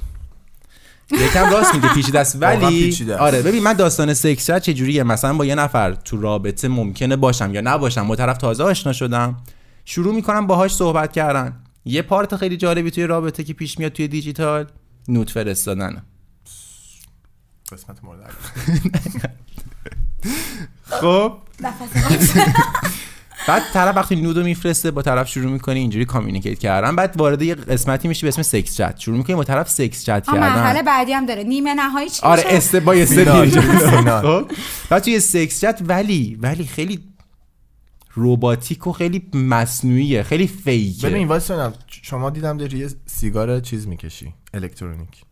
Speaker 1: یکم راست میگه پیچیده است
Speaker 3: واقعا
Speaker 1: ولی
Speaker 3: پیچیده است.
Speaker 1: آره ببین من داستان سکس چه چجوریه مثلا با یه نفر تو رابطه ممکنه باشم یا نباشم با طرف تازه آشنا شدم شروع میکنم باهاش صحبت کردن یه پارت خیلی جالبی توی رابطه که پیش میاد توی دیجیتال نوت فرستادن
Speaker 3: قسمت مورد علاقه.
Speaker 1: خب
Speaker 2: نفس
Speaker 1: بعد طرف وقتی نودو میفرسته با طرف شروع میکنی اینجوری کامیونیکیت کردن بعد وارد یه قسمتی میشه به اسم سکس چت شروع میکنی با طرف سکس چت
Speaker 2: آه، مرحله
Speaker 1: کردن
Speaker 2: بعدی هم داره نیمه نهایی چی
Speaker 1: آره
Speaker 2: میشه؟
Speaker 1: است با است
Speaker 3: فینال.
Speaker 1: میری جلو.
Speaker 3: فینال.
Speaker 1: خب بعد توی سکس چت ولی ولی خیلی روباتیک و خیلی مصنوعیه خیلی فیکه
Speaker 3: ببین وایس ببینم. شما دیدم داری یه سیگار چیز میکشی الکترونیک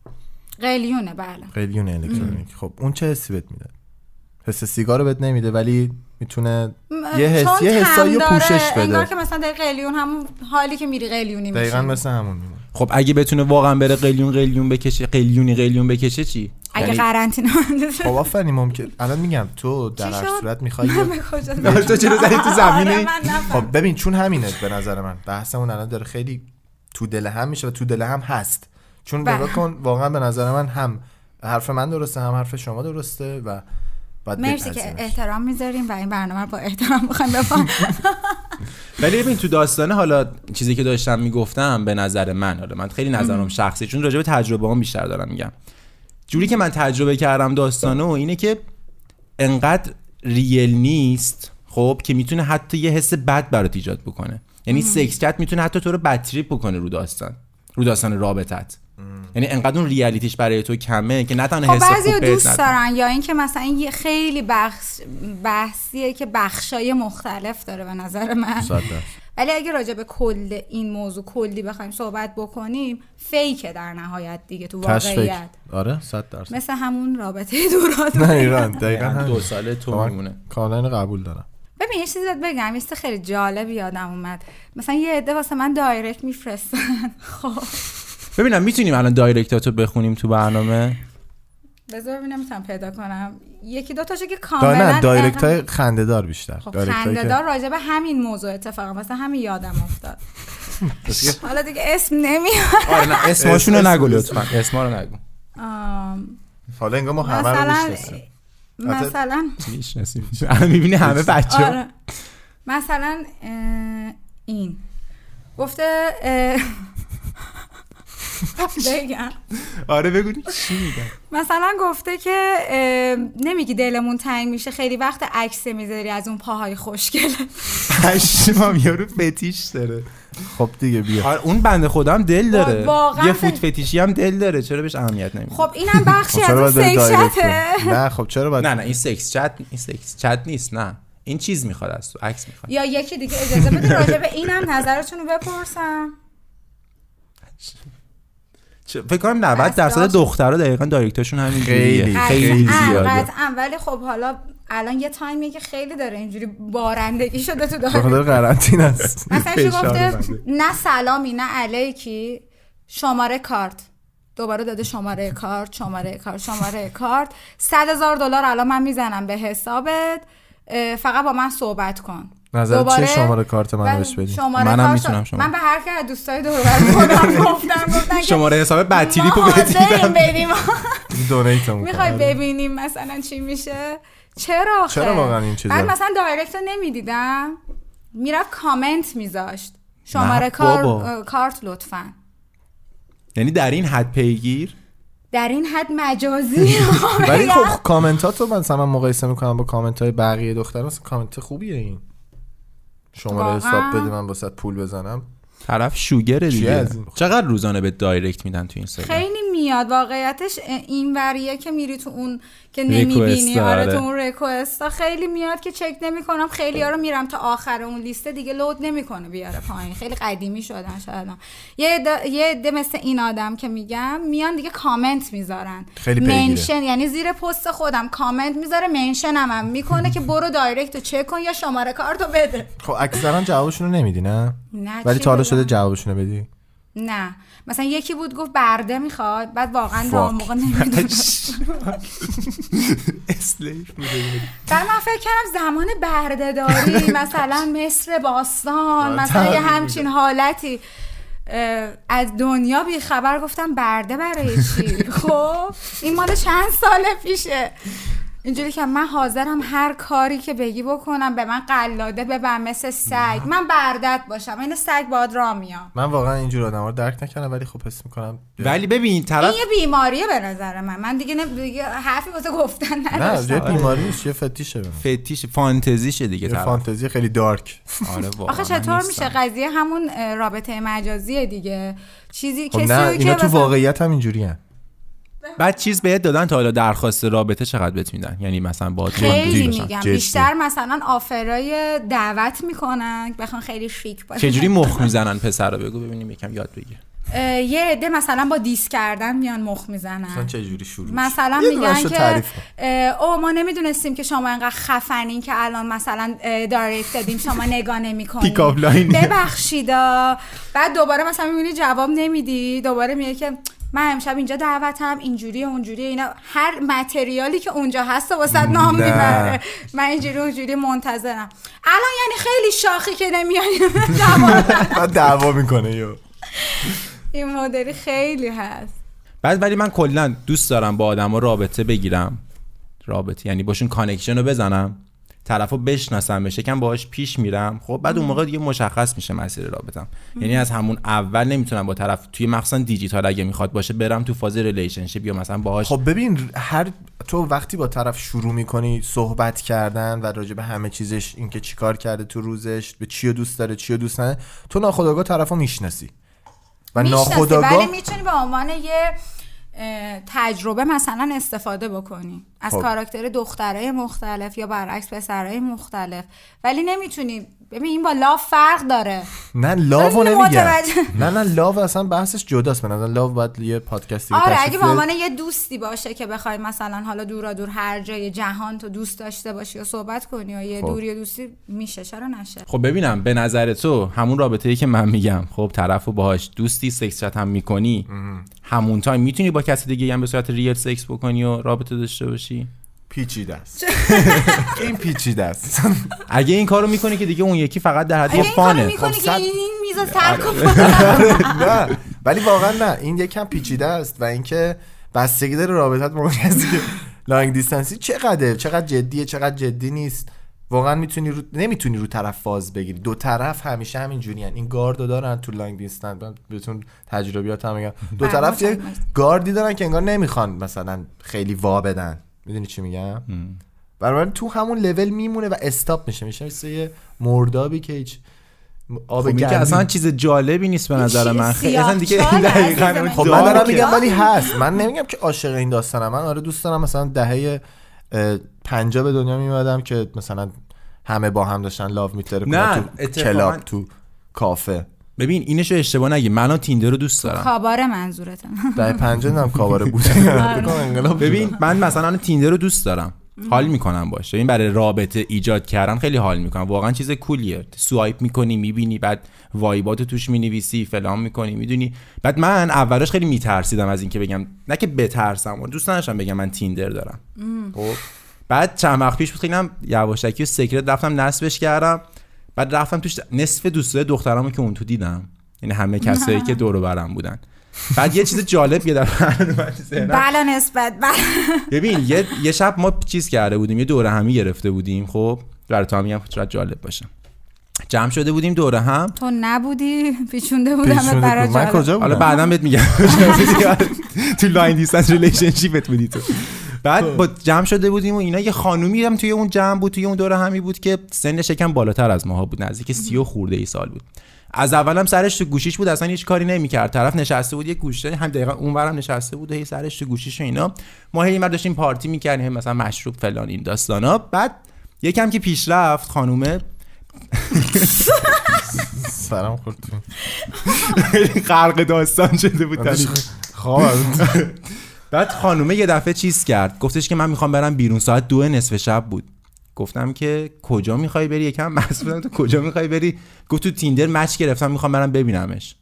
Speaker 2: قلیونه بله
Speaker 3: قلیون الکترونیک خب اون چه حسی بهت میده حس سیگار رو بهت نمیده ولی میتونه
Speaker 2: م-
Speaker 3: یه حس-
Speaker 2: چون
Speaker 3: یه حسایی رو
Speaker 2: تم داره،
Speaker 3: پوشش بده.
Speaker 2: انگار که مثلا داری قلیون همون حالی که میری قلیونی میشه
Speaker 3: دقیقا مثل همون میمونه
Speaker 1: خب اگه بتونه واقعا بره قلیون قلیون بکشه قلیونی قلیون بکشه چی
Speaker 2: اگه
Speaker 1: یعنی-
Speaker 2: قرنطینه
Speaker 3: خب آفرین ممکن الان میگم تو در
Speaker 2: چی
Speaker 3: هر
Speaker 2: شد؟
Speaker 3: صورت میخوای
Speaker 2: من به کجا
Speaker 1: نه، تو چرا زدی تو زمینه؟
Speaker 2: آره، من نفهم.
Speaker 3: خب ببین چون همینه به نظر من بحثمون الان داره خیلی تو دل هم میشه و تو دل هم هست چون
Speaker 2: بله.
Speaker 3: نگاه کن واقعا به نظر من هم حرف من درسته هم حرف شما درسته و باید
Speaker 2: مرسی که
Speaker 3: بپذیریمش.
Speaker 2: احترام میذاریم و این برنامه رو با احترام بخوایم بفهم
Speaker 1: ولی ببین تو داستانه حالا چیزی که داشتم میگفتم به نظر من حالا من خیلی نظرم شخصی چون راجع به تجربه هم بیشتر دارم میگم جوری که من تجربه کردم داستانه و اینه که انقدر ریل نیست خب که میتونه حتی یه حس بد برات ایجاد بکنه یعنی سکس چت میتونه حتی تو رو بدتریپ بکنه رو داستان رو داستان رابطت یعنی انقدر اون ریالیتیش برای تو کمه که نه تنها
Speaker 2: خب
Speaker 1: حس خوب
Speaker 2: بعضی
Speaker 1: بهت
Speaker 2: دوست
Speaker 1: نده.
Speaker 2: دارن یا اینکه مثلا یه خیلی بخش بحثیه که بخشای مختلف داره به نظر من
Speaker 3: صد درصد.
Speaker 2: ولی اگه راجع به کل این موضوع کلی بخوایم صحبت بکنیم فیکه در نهایت دیگه تو
Speaker 3: تشفیک
Speaker 2: واقعیت
Speaker 3: آره صد درصد
Speaker 2: مثل همون رابطه دورات
Speaker 3: نه ایران دقیقا
Speaker 1: یعنی
Speaker 3: همین.
Speaker 1: دو ساله تو
Speaker 2: خب.
Speaker 1: میمونه
Speaker 3: من کاملا اینو قبول دارم
Speaker 2: ببین یه چیزی بهت بگم یه چیز خیلی جالب یادم اومد مثلا یه عده واسه من دایرکت میفرستن خب
Speaker 1: ببینم میتونیم الان دایرکتاتو بخونیم تو برنامه
Speaker 2: بذار ببینم میتونم پیدا کنم یکی دو تاشو که کاملا
Speaker 3: دا نه دایرکت
Speaker 2: انقدر-
Speaker 3: های خنده دار بیشتر
Speaker 2: خب
Speaker 3: دایرکت هایی که-
Speaker 2: خندهدار راجع به همین موضوع اتفاقا واسه همین یادم افتاد حالا دیگه اسم نمیاد
Speaker 1: آره نه اسماشون رو
Speaker 3: اسم-
Speaker 1: نگو
Speaker 3: اسم-
Speaker 1: لطفا اسما رو نگو
Speaker 2: آم،
Speaker 3: حالا انگار ما خب همه رو
Speaker 2: مثلا
Speaker 3: می‌شناسیم.
Speaker 2: مثلا
Speaker 1: میشناسیم الان میبینی همه بچه
Speaker 2: آره مثلا اه، این گفته اه، بگم
Speaker 1: آره بگو چی میگن
Speaker 2: مثلا گفته که اه، نمیگی دلمون تنگ میشه خیلی وقت عکس میذاری از اون پاهای خوشگل
Speaker 1: پشمام یارو فتیش داره
Speaker 3: خب دیگه بیا
Speaker 1: آره اون بنده خودم دل داره
Speaker 2: واقعاً
Speaker 1: یه
Speaker 2: ف-
Speaker 1: فوت فتیشی هم دل داره چرا بهش اهمیت نمیدی
Speaker 2: خب اینم بخشی
Speaker 3: خب
Speaker 2: از
Speaker 3: چرا
Speaker 2: اون
Speaker 3: باید بری دایرکت
Speaker 2: سیکشته
Speaker 3: کنی؟ نه خب چرا باید
Speaker 1: نه نه این سکس چت این سکس چت نیست نه این چیز میخواد از تو عکس میخواد
Speaker 2: یا یکی دیگه اجازه بده راجع به اینم نظرتون رو بپرسم
Speaker 1: فکر کنم 90 درصد
Speaker 2: بسته‌هاش-
Speaker 1: دخترها دقیقاً دایرکتاشون همین
Speaker 3: خیلی،
Speaker 1: جوریه.
Speaker 3: خیلی
Speaker 1: خیلی زیاده
Speaker 2: قطعا ولی خب حالا الان یه تایمیه که خیلی داره اینجوری بارندگی شده تو
Speaker 3: به
Speaker 2: داره
Speaker 3: خاطر قرنطینه است
Speaker 2: مثلا چی
Speaker 1: فشار
Speaker 2: گفته
Speaker 1: اومده.
Speaker 2: نه سلامی نه علیکی شماره کارت دوباره داده شماره کارت شماره کارت شماره کارت صد هزار دلار الان من میزنم به حسابت اه، فقط با من صحبت کن
Speaker 3: نظر چه
Speaker 2: دوباره-
Speaker 3: شماره کارت منو
Speaker 2: بله،
Speaker 3: بهش بدی
Speaker 2: شماره
Speaker 1: منم
Speaker 2: کارت-
Speaker 1: میتونم شماره.
Speaker 2: من به هر که از دوستای دور و بر خودم گفتم گفتن که
Speaker 1: شماره حساب بطریپ
Speaker 2: ما
Speaker 1: رو
Speaker 2: حاضریم
Speaker 1: بدیدم
Speaker 2: بریم
Speaker 3: دونیتمون
Speaker 2: میخوای
Speaker 3: کن
Speaker 2: ببینیم مثلا چی میشه چرا آخه؟
Speaker 3: چرا واقعا این چیزا؟
Speaker 2: من مثلا دایرکت رو نمیدیدم میرفت کامنت میذاشت
Speaker 1: نه
Speaker 2: شماره کار...
Speaker 1: بابا.
Speaker 2: اه، کارت لطفا
Speaker 1: یعنی در این حد پیگیر
Speaker 2: در این حد مجازی
Speaker 3: ولی
Speaker 2: بگم.
Speaker 3: خب کامنتاتو من مثلا من مقایسه میکنم با کامنت های بقیه دختر مثلا کامنت خوبیه این شماره
Speaker 2: واقعا؟
Speaker 3: حساب بده من واسه پول بزنم
Speaker 1: طرف شوگره
Speaker 3: چیه
Speaker 1: دیگه
Speaker 3: از این؟
Speaker 1: چقدر روزانه به دایرکت میدن تو اینستاگرام
Speaker 2: خیلی میاد واقعیتش این وریه که میری تو اون که
Speaker 1: ریکوئستا،
Speaker 2: نمیبینی آره
Speaker 1: آره.
Speaker 2: تو اون ریکوئستا خیلی میاد که چک نمیکنم خیلی ها رو میرم تا آخر اون لیست دیگه لود نمیکنه بیاره پایین خیلی قدیمی شدن شاید یه عده- یه عده مثل این آدم که میگم میان دیگه کامنت میذارن
Speaker 3: خیلی پیگیره.
Speaker 2: منشن یعنی زیر پست خودم کامنت میذاره منشنم هم میکنه که برو دایرکت رو چک کن یا شماره کارتو بده
Speaker 3: خب اکثرا جوابشون رو نمیدی نه
Speaker 2: نه،
Speaker 3: ولی
Speaker 2: چی
Speaker 3: تا حالا
Speaker 2: بدم؟
Speaker 3: شده جوابشون رو بدی
Speaker 2: نه مثلا یکی بود گفت برده میخواد بعد واقعا
Speaker 3: Fuck.
Speaker 2: راه موقع نمیدونم بعد من فکر کردم زمان بردهداری مثلا مصر باستان مثلا یه همچین حالتی اه، از دنیا بیخبر گفتم برده برای چی خب این مال چند سال پیشه اینجوری که من حاضرم هر کاری که بگی بکنم به من قلاده ببن مثل سگ من بردت باشم این سگ باد را میام
Speaker 3: من واقعا اینجور آدم رو درک نکردم ولی خب حس میکنم
Speaker 1: ولی ببین
Speaker 2: این
Speaker 1: طرف
Speaker 2: یه بیماریه به نظر من من دیگه, نه دیگه حرفی واسه گفتن
Speaker 3: نه
Speaker 2: نداشتم
Speaker 3: یه بیماریش یه فتیشه به من.
Speaker 1: فتیش فانتزیشه دیگه
Speaker 3: یه
Speaker 1: طرف
Speaker 3: فانتزی خیلی دارک
Speaker 2: خب
Speaker 1: آره واقعا
Speaker 2: آخه چطور
Speaker 1: نیستم.
Speaker 2: میشه قضیه همون اه، رابطه مجازیه دیگه چیزی
Speaker 3: خب
Speaker 2: کسی
Speaker 3: نه
Speaker 2: رو که
Speaker 3: اینا تو
Speaker 2: مثلا-
Speaker 3: واقعیت هم اینجوری هن.
Speaker 1: بعد چیز بهت دادن تا حالا درخواست رابطه چقدر بهت میدن یعنی مثلا با
Speaker 2: خیلی
Speaker 3: جدی
Speaker 2: میگم
Speaker 3: جدی.
Speaker 2: بیشتر مثلا آفرای دعوت میکنن بخوان خیلی شیک باشن
Speaker 1: چجوری مخ میزنن پسر رو بگو ببینیم یکم یاد بگیر
Speaker 2: اه، یه عده مثلا با دیس کردن میان مخ میزنن
Speaker 3: چجوری شروع
Speaker 2: مثلا
Speaker 3: یه دونش
Speaker 2: میگن
Speaker 3: رو
Speaker 2: که
Speaker 3: تعریف کن.
Speaker 2: اه، او ما نمیدونستیم که شما انقدر خفنین که الان مثلا اه، دایرکت دادیم شما نگاه نمیکنید
Speaker 1: پیک آف لاین.
Speaker 2: ببخشیدا بعد دوباره مثلا میبینی جواب نمیدی دوباره میگه که من امشب اینجا دعوتم اینجوری اونجوری اینا هر متریالی که اونجا هست و واسه نام
Speaker 3: نه.
Speaker 2: میبره من اینجوری اونجوری منتظرم الان یعنی خیلی شاخی که نمیای جواب ندی.
Speaker 3: بعد دعوا میکنه یو
Speaker 2: این مدلی خیلی هست
Speaker 1: بعد ولی من کلا دوست دارم با آدما رابطه بگیرم رابطه یعنی باشون کانکشن رو بزنم طرفو بشناسم بشه کم باهاش پیش میرم خب بعد اون موقع دیگه مشخص میشه مسیر رابطم یعنی از همون اول نمیتونم با طرف توی مخصوصا دیجیتال اگه میخواد باشه برم تو فاز ریلیشنشیپ یا مثلا باهاش
Speaker 3: خب ببین هر تو وقتی با طرف شروع میکنی صحبت کردن و راجع به همه چیزش اینکه چیکار کرده تو روزش به چی رو دوست داره چی رو دوست نداره تو ناخودآگاه طرفو میشناسی و
Speaker 2: می‌شناسی،
Speaker 3: ناخودآگاه
Speaker 2: ولی میتونی به عنوان یه اه، تجربه مثلا استفاده بکنی از
Speaker 3: خب.
Speaker 2: کاراکتر دخترای مختلف یا برعکس پسرای مختلف ولی نمیتونی ببین این با لا فرق داره
Speaker 3: نه لاو
Speaker 2: ولی
Speaker 3: نمیگم
Speaker 2: متوجه-
Speaker 3: نه نه لاو اصلا بحثش جداست من لاو باید یه پادکست دیگه
Speaker 2: آره
Speaker 3: تشریف
Speaker 2: اگه به
Speaker 3: بیاری.
Speaker 2: عنوان یه دوستی باشه که بخوای مثلا حالا دورا دور هر جای جهان تو دوست داشته باشی یا صحبت کنی یا یه
Speaker 3: خب.
Speaker 2: دوری دوستی میشه چرا نشه
Speaker 1: خب ببینم به نظر تو همون رابطه ای که من میگم خب طرف رو باهاش دوستی سکس چت هم میکنی همون تایم میتونی با کسی دیگه هم به صورت ریل سکس بکنی و رابطه داشته باشی
Speaker 3: پیچیده است این پیچیده است
Speaker 1: اگه این کارو میکنی که دیگه اون یکی فقط در حد یه
Speaker 2: اگه این کارو
Speaker 1: فانه
Speaker 2: میکنی
Speaker 3: خب،
Speaker 2: که
Speaker 3: صد- آره.
Speaker 2: این میز ترک کن
Speaker 3: نه ولی واقعا نه این یکم پیچیده است و اینکه بستگی داره رابطت با اون کسی که لانگ دیستنسی چقدره چقدر جدیه چقدر جدی نیست واقعا میتونی رو... نمیتونی رو طرف فاز بگیری دو طرف همیشه همینجوری این گاردو دارن تو لانگ دیستنس من بهتون تجربیات هم میگم دو
Speaker 2: بله،
Speaker 3: طرف یه
Speaker 2: متشکرم.
Speaker 3: گاردی دارن که انگار نمیخوان مثلا خیلی وا بدن میدونی چی میگم بنابراین تو همون لول میمونه و استاپ میشه میشه مثل یه مردابی که هیچ آب
Speaker 1: خب این
Speaker 3: گندی
Speaker 1: که اصلا چیز جالبی نیست به
Speaker 2: این
Speaker 1: نظر
Speaker 2: چیز
Speaker 1: من خیلی
Speaker 2: سیاه
Speaker 1: اصلا دیگه
Speaker 2: چاله،
Speaker 1: دقیقاً
Speaker 2: عزیز من.
Speaker 1: خب
Speaker 3: خب من
Speaker 1: دارم
Speaker 3: دارم
Speaker 1: که-
Speaker 3: میگم ولی هست من نمیگم که عاشق این داستانم من آره دوست دارم مثلا دهه اه، پنجاه به دنیا میومدم که مثلا همه با هم داشتن لاو میتره
Speaker 1: نه،
Speaker 3: تو
Speaker 1: اتفاقاً-
Speaker 3: کلاب تو کافه
Speaker 1: ببین اینشو اشتباه نگی منو تیندر رو دوست دارم
Speaker 2: کاباره منظورتم
Speaker 3: دهه پنجاه نم کاباره بود بگم انقلاب
Speaker 1: آره. ببین من مثلا تیندر رو دوست دارم حال میکنم باشه این برای رابطه ایجاد کردن خیلی حال میکنم واقعا چیز کولیه سوایپ میکنی میبینی بعد وایباتو توش مینویسی فلان میکنی میدونی بعد من اولش خیلی میترسیدم از اینکه بگم نه که بترسم دوست نداشتم بگم من تیندر دارم خب بعد چند وقت پیش بود خیلی هم یواشکی و سکرت رفتم نصبش کردم بعد رفتم توش نصف دوستای دخترامو که اون تو دیدم یعنی همه کسایی که دور و برم بودن بعد یه چیز جالب یه دفعه اومد تو ذهنم.
Speaker 2: بلا بله نسبت بلا
Speaker 1: ببین یه, یه شب ما چیز کرده بودیم یه دوره همی گرفته بودیم خب برای تو هم میگم شاید جالب باشه جمع شده بودیم دوره هم
Speaker 2: تو نبودی پیچونده بودم برا
Speaker 3: من
Speaker 2: جالب
Speaker 3: کجا
Speaker 1: حالا
Speaker 3: بودم
Speaker 1: بعدا بهت میگم تو لاین دیستنس ریلیشنشیپت بودی تو بعد با جمع شده بودیم و اینا یه خانومی هم توی اون جمع بود توی اون دوره همی بود که سنش یکم بالاتر از ماها بود نزدیک سی و خورده ای سال بود از اولم سرش تو گوشیش بود اصلا هیچ کاری نمیکرد طرف نشسته بود یه گوشه هم دقیقا اونورم نشسته بود و هی سرش تو گوشیش و اینا ما هی اینور داشتیم پارتی میکردیم مثلا مشروب فلان این داستانا بعد یکم که پیش رفت خانومه
Speaker 3: سرم خورد تو.
Speaker 1: خیلی غرق داستان شده بود
Speaker 3: بعدش
Speaker 1: دلیل.
Speaker 3: خواب بود.
Speaker 1: بعد خانومه یه دفعه چیز کرد گفتش که من میخوام برم بیرون ساعت دو نصف شب بود گفتم که کجا میخوای بری یکم مست بودم تو کجا میخوای بری گفت تو تیندر مچ گرفتم میخوام برم ببینمش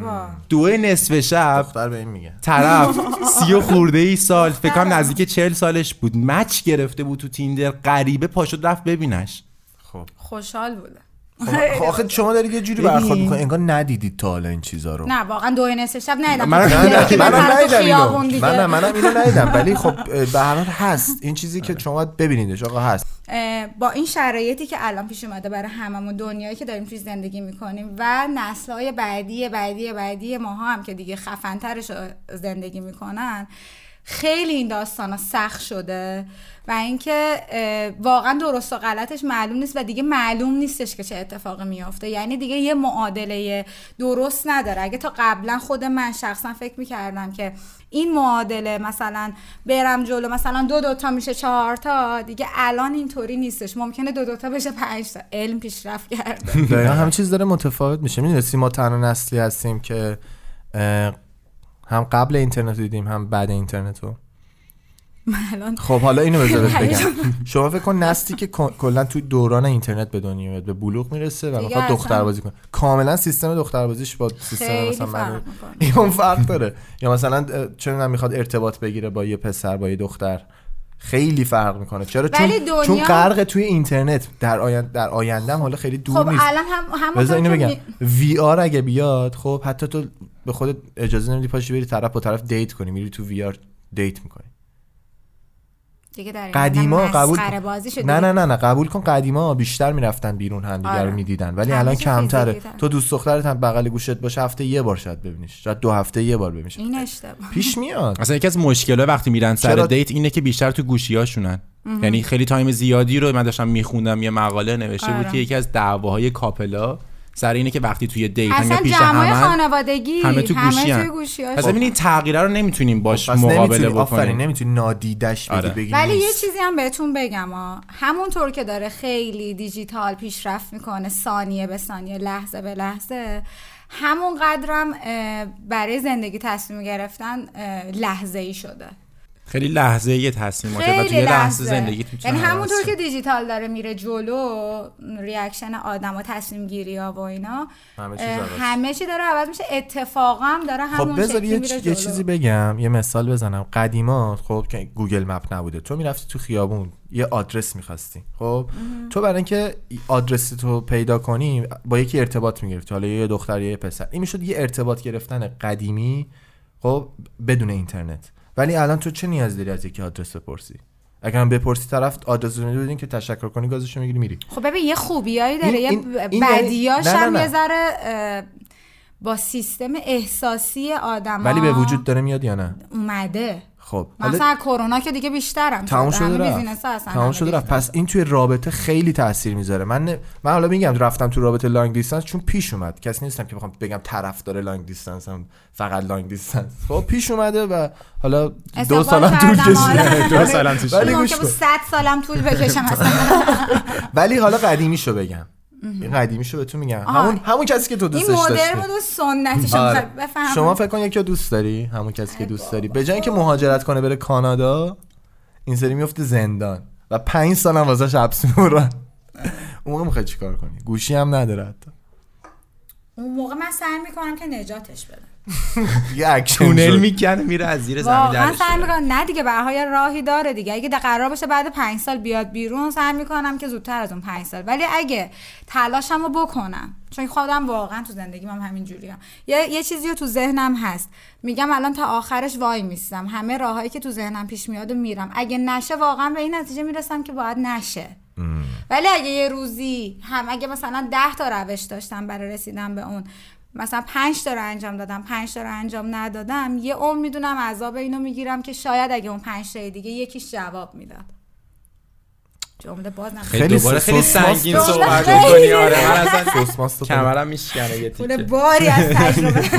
Speaker 2: واه.
Speaker 1: دو نصف شب
Speaker 3: دختر به این میگه
Speaker 1: طرف سی و خورده ای سال فکر کنم نزدیک چهل سالش بود مچ گرفته بود تو تیندر غریبه پاشد رفت ببینش
Speaker 3: خب
Speaker 2: خوشحال بوده
Speaker 3: خب، آخه شما دارید یه جوری
Speaker 1: ببین.
Speaker 3: برخورد میکنید انگار ندیدید تا حالا این چیزا رو
Speaker 2: نه واقعا دو نصف شب ندیدم
Speaker 1: منم-
Speaker 2: که
Speaker 1: منم-
Speaker 2: که
Speaker 3: منم
Speaker 2: بپره تو
Speaker 3: ندیدم
Speaker 2: خیابون
Speaker 3: اینو
Speaker 2: دیگه.
Speaker 3: منم منم اینو ندیدم ولی خب اه، به هر حال هست این چیزی که شما باید ببینیدش آقا هست
Speaker 2: اه، با این شرایطی که الان پیش اومده برای هممون دنیایی که داریم توی زندگی میکنیم و نسل های بعدی بعدی بعدی ماها هم که دیگه خفنترش رو زندگی میکنن خیلی این داستان سخت شده و اینکه اه، واقعا درست و غلطش معلوم نیست و دیگه معلوم نیستش که چه اتفاقی میافته یعنی دیگه یه معادله درست نداره اگه تا قبلا خود من شخصا فکر میکردم که این معادله مثلا برم جلو مثلا دو دوتا میشه چهار تا دیگه الان اینطوری نیستش ممکنه دو دوتا بشه پنج تا علم پیشرفت کرده
Speaker 3: دقیقا همه چیز داره متفاوت میشه میدونستی ما تنها نسلی هستیم که اه، هم قبل اینترنت رو دیدیم هم بعد اینترنت رو
Speaker 2: من الان
Speaker 3: خب حالا اینو بذار
Speaker 2: یعنی
Speaker 3: بهت بگم شما فکر کن نسلی که کن- کلا تو دوران اینترنت به دنیا میاد به بلوغ میرسه و
Speaker 2: دیگه
Speaker 3: میخواد
Speaker 2: اصلا-
Speaker 3: دختربازی کنه کاملا سیستم دختربازیش با سیستم
Speaker 2: خیلی
Speaker 3: مثلا من
Speaker 2: فرق می‌کنه.
Speaker 3: اون فرق داره یا مثلا اه، چه میدونم میخواد ارتباط بگیره با یه پسر با یه دختر خیلی فرق میکنه چرا چون
Speaker 2: ولی دنیا-
Speaker 3: چون غرق توی اینترنت در آیند در آینده هم حالا خیلی دور
Speaker 2: خب
Speaker 3: نیست
Speaker 2: الان هم همونطور
Speaker 3: بذار
Speaker 2: که
Speaker 3: اینو بگم
Speaker 2: می-
Speaker 3: وی آر اگه بیاد خب حتی تو به خودت اجازه نمیدی پاشی بری طرف با طرف دیت کنی میری تو وی آر دیت میکنی
Speaker 2: دیگه در این
Speaker 3: قدیما
Speaker 2: آدم
Speaker 3: قبول
Speaker 2: مسخره بازی شده
Speaker 3: نه نه نه نه قبول کن قدیما بیشتر میرفتن بیرون همدیگه
Speaker 2: آره.
Speaker 3: رو میدیدن ولی
Speaker 2: همه
Speaker 3: الان
Speaker 2: چیز
Speaker 3: کمتره
Speaker 2: فیزیکی تر.
Speaker 3: تو دوست دخترت هم بغل گوشت باشه هفته یه بار شاید ببینیش شاید دو هفته یه بار ببینیش
Speaker 2: این اشتباه
Speaker 3: پیش میاد
Speaker 1: اصلا یکی از مشکل‌ها وقتی میرن سر
Speaker 3: چرا؟
Speaker 1: دیت اینه که بیشتر تو گوشیاشونن یعنی خیلی تایم زیادی رو من داشتم میخوندم یه مقاله نوشته بود
Speaker 2: آره.
Speaker 1: که یکی از دعواهای کاپلا سر اینه که وقتی توی دیتن یا
Speaker 2: اصلا
Speaker 1: پیش
Speaker 2: جمعای
Speaker 1: همن
Speaker 2: خانوادگی
Speaker 1: همه تو گوشی
Speaker 2: همه
Speaker 1: هم.
Speaker 2: توی گوشی
Speaker 1: پس ببین این تغییره رو نمیتونیم باش
Speaker 3: پس نمیتونی
Speaker 1: مقابله
Speaker 3: آفرین
Speaker 1: بکنیم
Speaker 3: نمیتونی نادیدش بگی
Speaker 1: آره.
Speaker 3: بگی
Speaker 2: ولی یه
Speaker 3: نیست.
Speaker 2: چیزی هم بهتون بگم ها همونطور که داره خیلی دیجیتال پیشرفت میکنه ثانیه به ثانیه لحظه به لحظه همون قدرم اه، برای زندگی تصمیم گرفتن لحظه ای شده
Speaker 1: خیلی لحظه یه تصمیمات و
Speaker 2: خیلی
Speaker 1: توی لحظه
Speaker 2: لحظه
Speaker 1: زندگی
Speaker 2: یعنی همونطور که دیجیتال داره میره جلو ریاکشن آدم و تصمیم گیری ها و اینا
Speaker 3: همه چیز
Speaker 2: اه،
Speaker 3: عوض میشه.
Speaker 2: همه چی داره عوض میشه اتفاقا هم داره همون
Speaker 3: خب بذار
Speaker 2: شکلی
Speaker 3: یه,
Speaker 2: میره
Speaker 3: چ- یه
Speaker 2: جلو.
Speaker 3: چیزی بگم یه مثال بزنم قدیما خب که گوگل مپ نبوده تو میرفتی تو خیابون یه آدرس میخواستی خب تو برای اینکه آدرس تو پیدا کنی با یکی ارتباط میگرفتی حالا یه دختر یا یه پسر این میشد یه ارتباط گرفتن قدیمی خب بدون اینترنت ولی الان تو چه نیاز داری از یکی آدرس بپرسی اگر هم بپرسی طرف آدرس رو بدین که تشکر کنی گازشو میگیری میری
Speaker 2: خب ببین یه خوبیایی داره
Speaker 3: این-
Speaker 2: یه
Speaker 3: این- این یعنی-
Speaker 2: بدیاش
Speaker 3: نه، نه،
Speaker 2: هم
Speaker 3: نه.
Speaker 2: یه ذره اه، با سیستم احساسی آدم
Speaker 3: ولی به وجود داره میاد یا نه
Speaker 2: اومده
Speaker 3: خب حالا
Speaker 2: مثلا از کرونا که دیگه بیشترم
Speaker 3: تمام شده
Speaker 2: بیزینس
Speaker 3: رفت
Speaker 2: اصلا
Speaker 3: تمام
Speaker 2: همه
Speaker 3: شده
Speaker 2: بیزینس‌ها.
Speaker 3: رفت پس این توی رابطه خیلی تاثیر میذاره من نه- من حالا میگم رفتم تو رابطه لانگ دیستنس چون پیش اومد کسی نیستم که بخوام بگم طرفدار لانگ دیستنس هم فقط لانگ دیستنس خب پیش اومده و حالا دو
Speaker 2: استقبال
Speaker 3: سالم طول
Speaker 2: کردم،
Speaker 3: کشیده
Speaker 2: آره.
Speaker 3: دو سالم
Speaker 1: توش
Speaker 3: ولی
Speaker 2: ممکن
Speaker 3: گوش
Speaker 2: بود
Speaker 3: کن
Speaker 2: 100 سالم طول بکشم اصلا
Speaker 3: ولی حالا قدیمیشو بگم این قدیمیشو به تو میگم
Speaker 2: آها.
Speaker 3: همون همون کسی که تو
Speaker 2: این
Speaker 3: دوستش داشتی
Speaker 2: مدرن بود و سنتیش
Speaker 3: آره.
Speaker 2: بفهم
Speaker 3: شما فکر کن یکی رو دوست داری همون کسی که دوست داری به جای اینکه مهاجرت کنه بره کانادا این سری میفته زندان و پنج سال هم واسش حبس میمورن
Speaker 2: آره.
Speaker 3: اون موقع میخوای چیکار کنی گوشی هم نداره حتی
Speaker 2: اون موقع من سعی میکنم که نجاتش بدم
Speaker 3: یه اکشن
Speaker 1: تونل
Speaker 3: شد.
Speaker 1: میکنه میره از زیر زمین
Speaker 2: واقعا
Speaker 1: درش
Speaker 2: سعی
Speaker 1: میاره.
Speaker 2: میکنم نه دیگه برهای راهی داره دیگه اگه ده- قرار باشه بعد پنج سال بیاد بیرون سعی میکنم که زودتر از اون پنج سال ولی اگه تلاشم رو بکنم چون خودم واقعا تو زندگیم هم همین جوری یه،, یه چیزی رو تو ذهنم هست میگم الان تا آخرش وای میستم همه راههایی که تو ذهنم پیش میاد و میرم اگه نشه واقعا به این نتیجه میرسم که باید نشه ولی اگه یه روزی هم اگه مثلا ده تا روش داشتم برای رسیدن به اون مثلا پنج تا رو انجام دادم پنج تا رو انجام ندادم یه عمر میدونم عذاب اینو میگیرم که شاید اگه اون پنج تا دیگه یکیش جواب میداد جمله باز نم
Speaker 1: خیلی
Speaker 3: خیلی
Speaker 1: دوباره خیلی
Speaker 3: سوس ماست.
Speaker 1: سنگین
Speaker 2: جمله
Speaker 1: صحبت
Speaker 2: خیلی.
Speaker 1: می‌کنی آره من اصلا
Speaker 3: سس ماست و
Speaker 1: کمرم میشکنه یه
Speaker 2: پول
Speaker 1: تیکه
Speaker 2: باری از تجربه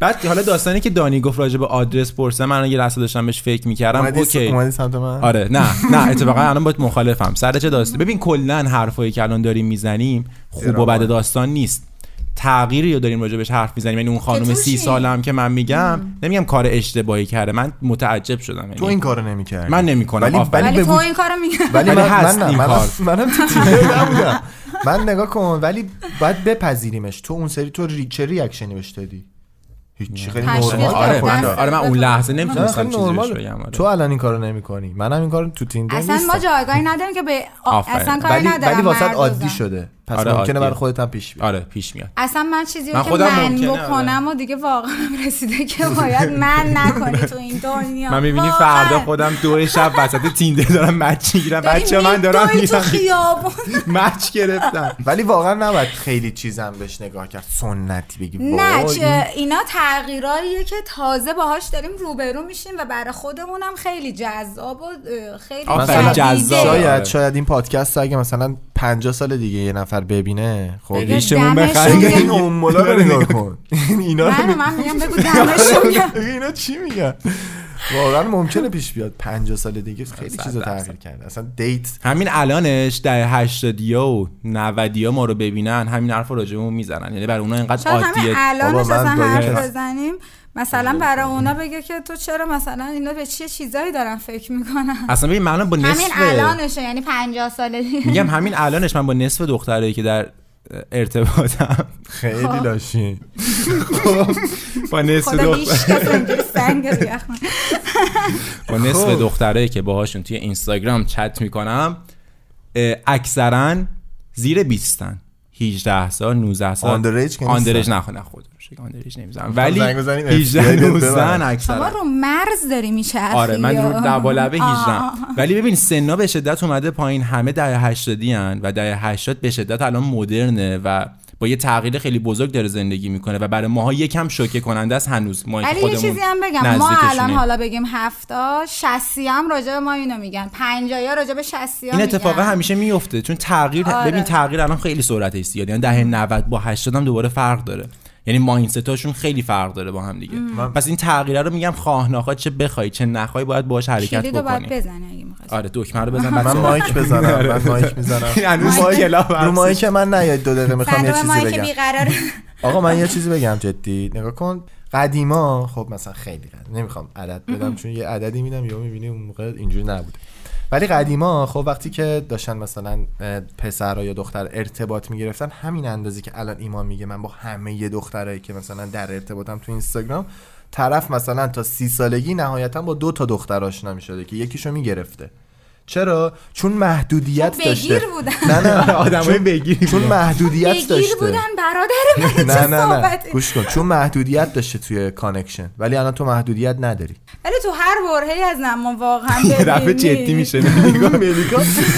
Speaker 1: بعد حالا داستانی که دانی گفت راجع به آدرس پرسه من یه لحظه داشتم بهش فکر میکردم
Speaker 3: اومدی س-
Speaker 1: اوکی
Speaker 3: اومدی سمت من
Speaker 1: آره نه نه اتفاقا الان باید مخالفم سر چه داستان ببین کلا حرفایی که الان داریم میزنیم خوب و بد
Speaker 3: درامه.
Speaker 1: داستان نیست تغییری رو داریم راجع بهش حرف میزنیم یعنی اون خانم
Speaker 2: توشی.
Speaker 1: سی سالم که من میگم نمیگم کار اشتباهی کرده من متعجب شدم
Speaker 3: تو
Speaker 1: یعنی
Speaker 3: این کارو نمی‌کردی
Speaker 1: من نمی‌کنم،
Speaker 3: ولی
Speaker 1: آفرین.
Speaker 3: ولی
Speaker 2: ولی
Speaker 3: به
Speaker 2: تو
Speaker 3: وجود-
Speaker 2: این کارو میگم
Speaker 3: ولی
Speaker 1: ولی
Speaker 3: من
Speaker 1: هست
Speaker 3: من
Speaker 1: این
Speaker 3: منم-
Speaker 1: کار.
Speaker 3: منم تو تیم نبودم من نگاه کن ولی باید بپذیریمش تو اون سری تو ریچه ریاکشنی بهش دادی هیچی خیلی
Speaker 2: پشت
Speaker 3: نرمال
Speaker 2: دادم.
Speaker 1: آره
Speaker 3: حرف
Speaker 1: من
Speaker 3: زد.
Speaker 1: آره من اون لحظه
Speaker 3: نه
Speaker 1: نمیتونستم
Speaker 3: خیلی
Speaker 1: چیزی بهش
Speaker 3: نرماله.
Speaker 1: بگم آره.
Speaker 3: تو الان این کارو نمی‌کنی منم این کارو تو تیندر
Speaker 2: اصلا
Speaker 3: نیستم
Speaker 2: ما جایگاهی نداریم که به آ-
Speaker 1: خب آفرین.
Speaker 2: اصلا کاری
Speaker 3: ولی
Speaker 2: ندارم
Speaker 3: ولی واسط
Speaker 2: مردم.
Speaker 3: عادی شده پس
Speaker 1: آره،
Speaker 3: ممکنه
Speaker 1: عادیه.
Speaker 3: برای خودت هم پیش بیاد
Speaker 1: آره پیش میاد
Speaker 2: اصلا من چیزی
Speaker 1: من
Speaker 2: رو که
Speaker 1: خودم
Speaker 2: من
Speaker 1: ممکنه، آره.
Speaker 2: بکنم و دیگه واقعا رسیده که باید من نکنی تو این دنیا
Speaker 1: من میبینی
Speaker 2: واقعاً.
Speaker 1: فردا خودم دو شب وسط تیندر دارم مچ میگیرم
Speaker 2: داری
Speaker 1: بچه من دارم
Speaker 2: می‌دوی تو
Speaker 1: میرم
Speaker 2: خیابون
Speaker 1: مچ گرفتم
Speaker 3: ولی واقعا نباید خیلی چیزم بهش نگاه کرد سنتی بگی
Speaker 2: نه
Speaker 3: وای، این-
Speaker 2: چه- اینا تغییراییه که تازه باهاش داریم روبرو میشیم و برای خودمونم خیلی جذاب و اه، خیلی
Speaker 1: آفرین،
Speaker 2: جدیده.
Speaker 1: جذاب.
Speaker 2: شاید
Speaker 3: شاید
Speaker 1: آره.
Speaker 3: شاید این پادکست رو اگه مثلا 50 سال دیگه یه نفر ببینه خب
Speaker 2: دیگه
Speaker 1: ریشمون
Speaker 2: یعنی دمشون
Speaker 1: بخریم.
Speaker 2: گرم.
Speaker 3: این امولا رو نگاه کن اینا رو
Speaker 2: من من میگم بگو دمشون گرم.
Speaker 3: اینا چی میگن واقعا ممکنه پیش بیاد 50 سال دیگه خیلی
Speaker 1: صد
Speaker 3: چیزا
Speaker 1: درصد.
Speaker 3: تغییر کرده اصلا دیت
Speaker 1: همین الانش در 80 و 90 ها ما رو ببینن همین حرف رو راجبمون میزنن یعنی برای اونا اینقدر
Speaker 2: شاید همین
Speaker 1: عادیه
Speaker 2: الانش
Speaker 3: بابا من آره.
Speaker 2: اصلا
Speaker 3: باید-
Speaker 2: حرف بزنیم مثلا برای اونا بگه که تو چرا مثلا اینا به چه چیزایی دارن فکر میکنن
Speaker 1: اصلا ببین من الان با
Speaker 2: همین
Speaker 1: نصف
Speaker 2: الانشه یعنی 50 سالگی
Speaker 1: میگم همین الانش من با نصف دخترایی که در ارتباطم
Speaker 3: خیلی
Speaker 2: خب.
Speaker 3: لاشی
Speaker 1: با نصف
Speaker 2: خدا هیچ
Speaker 1: دختر
Speaker 2: کس اینجوری سنگ رو یخ نکنه.
Speaker 1: با نصف
Speaker 3: خب.
Speaker 1: دخترایی که باهاشون توی اینستاگرام چت میکنم اه، اکثرا زیر 20 ان 18 سال 19 سال
Speaker 3: Underage که نیستن. خب،
Speaker 1: آندرج نه نه خود رو شکر، underage نمیزنم ولی
Speaker 3: زنگ بزنیم FBI
Speaker 1: 18
Speaker 3: بیاد
Speaker 1: 19
Speaker 3: ببرن.
Speaker 1: اکثرا
Speaker 2: شما رو مرز داری میچرخی
Speaker 1: آره من رو دوالبه 18
Speaker 2: آه.
Speaker 1: ولی ببین سنا به شدت اومده پایین همه دهه 80 ان و دهه 80 به شدت الان مدرنه و با یه تغییر خیلی بزرگ داره زندگی میکنه و برای ماها یکم شوکه کننده است هنوز ما که
Speaker 2: ولی یه
Speaker 1: خودمون
Speaker 2: چیزی هم بگم ما الان
Speaker 1: نزدیکشونیم.
Speaker 2: حالا بگیم هفتا شستی هم راجع به ما اینو میگن پنجایی ها راجع به شستی ها
Speaker 1: این اتفاق
Speaker 2: میگن.
Speaker 1: همیشه میفته چون تغییر
Speaker 2: آره.
Speaker 1: ببین تغییر الان خیلی سرعتش زیاده یعنی دهه 90 با 80 هم دوباره فرق داره یعنی ماینستاشون خیلی فرق داره با هم دیگه پس این تغییره رو میگم خواه نخواه چه بخوای چه نخوای باید باهاش حرکت
Speaker 2: کلید رو باید
Speaker 1: بکنی
Speaker 2: بزنی اگه میخوای
Speaker 1: آره دکمه رو بزن بعد
Speaker 3: من
Speaker 1: صحبت
Speaker 3: مایک بزنم من مایک میزنم
Speaker 1: هنوز
Speaker 3: رو مایک-
Speaker 1: کلاب هست.
Speaker 3: رو مایک من نیاید دو دقیقه
Speaker 1: آره،
Speaker 3: میخوام یه
Speaker 2: ما
Speaker 3: چیزی
Speaker 2: که
Speaker 3: بگم
Speaker 2: بیقراره
Speaker 3: آقا من یه چیزی بگم جدی نگاه کن قدیما خب مثلا خیلی قد نمیخوام عدد بدم چون یه عددی میدم یا میبینی اون موقع اینجوری نبوده ولی قدیما خب وقتی که داشتن مثلا اه، پسرها یا دختر ارتباط میگرفتن همین اندازی که الان ایمان میگه من با همه یه دخترایی که مثلا در ارتباطم تو اینستاگرام طرف مثلا تا سی سالگی نهایتا با دو تا دختر آشنا میشده که یکیشو میگرفته چرا چون محدودیت
Speaker 2: چون بگیر
Speaker 3: داشته
Speaker 2: بودن.
Speaker 3: نه نه
Speaker 1: آدمای
Speaker 3: چون-
Speaker 1: بگیری
Speaker 3: چون محدودیت
Speaker 2: بگیر
Speaker 3: داشته
Speaker 2: بودن برادر من چه
Speaker 3: نه نه نه
Speaker 2: صحبتی؟
Speaker 3: گوش کن چون محدودیت داشته توی کانکشن ولی الان تو محدودیت نداری
Speaker 2: ولی تو هر برهی از زمان واقعا
Speaker 1: یه دفعه
Speaker 2: ببینی.
Speaker 1: جدی میشه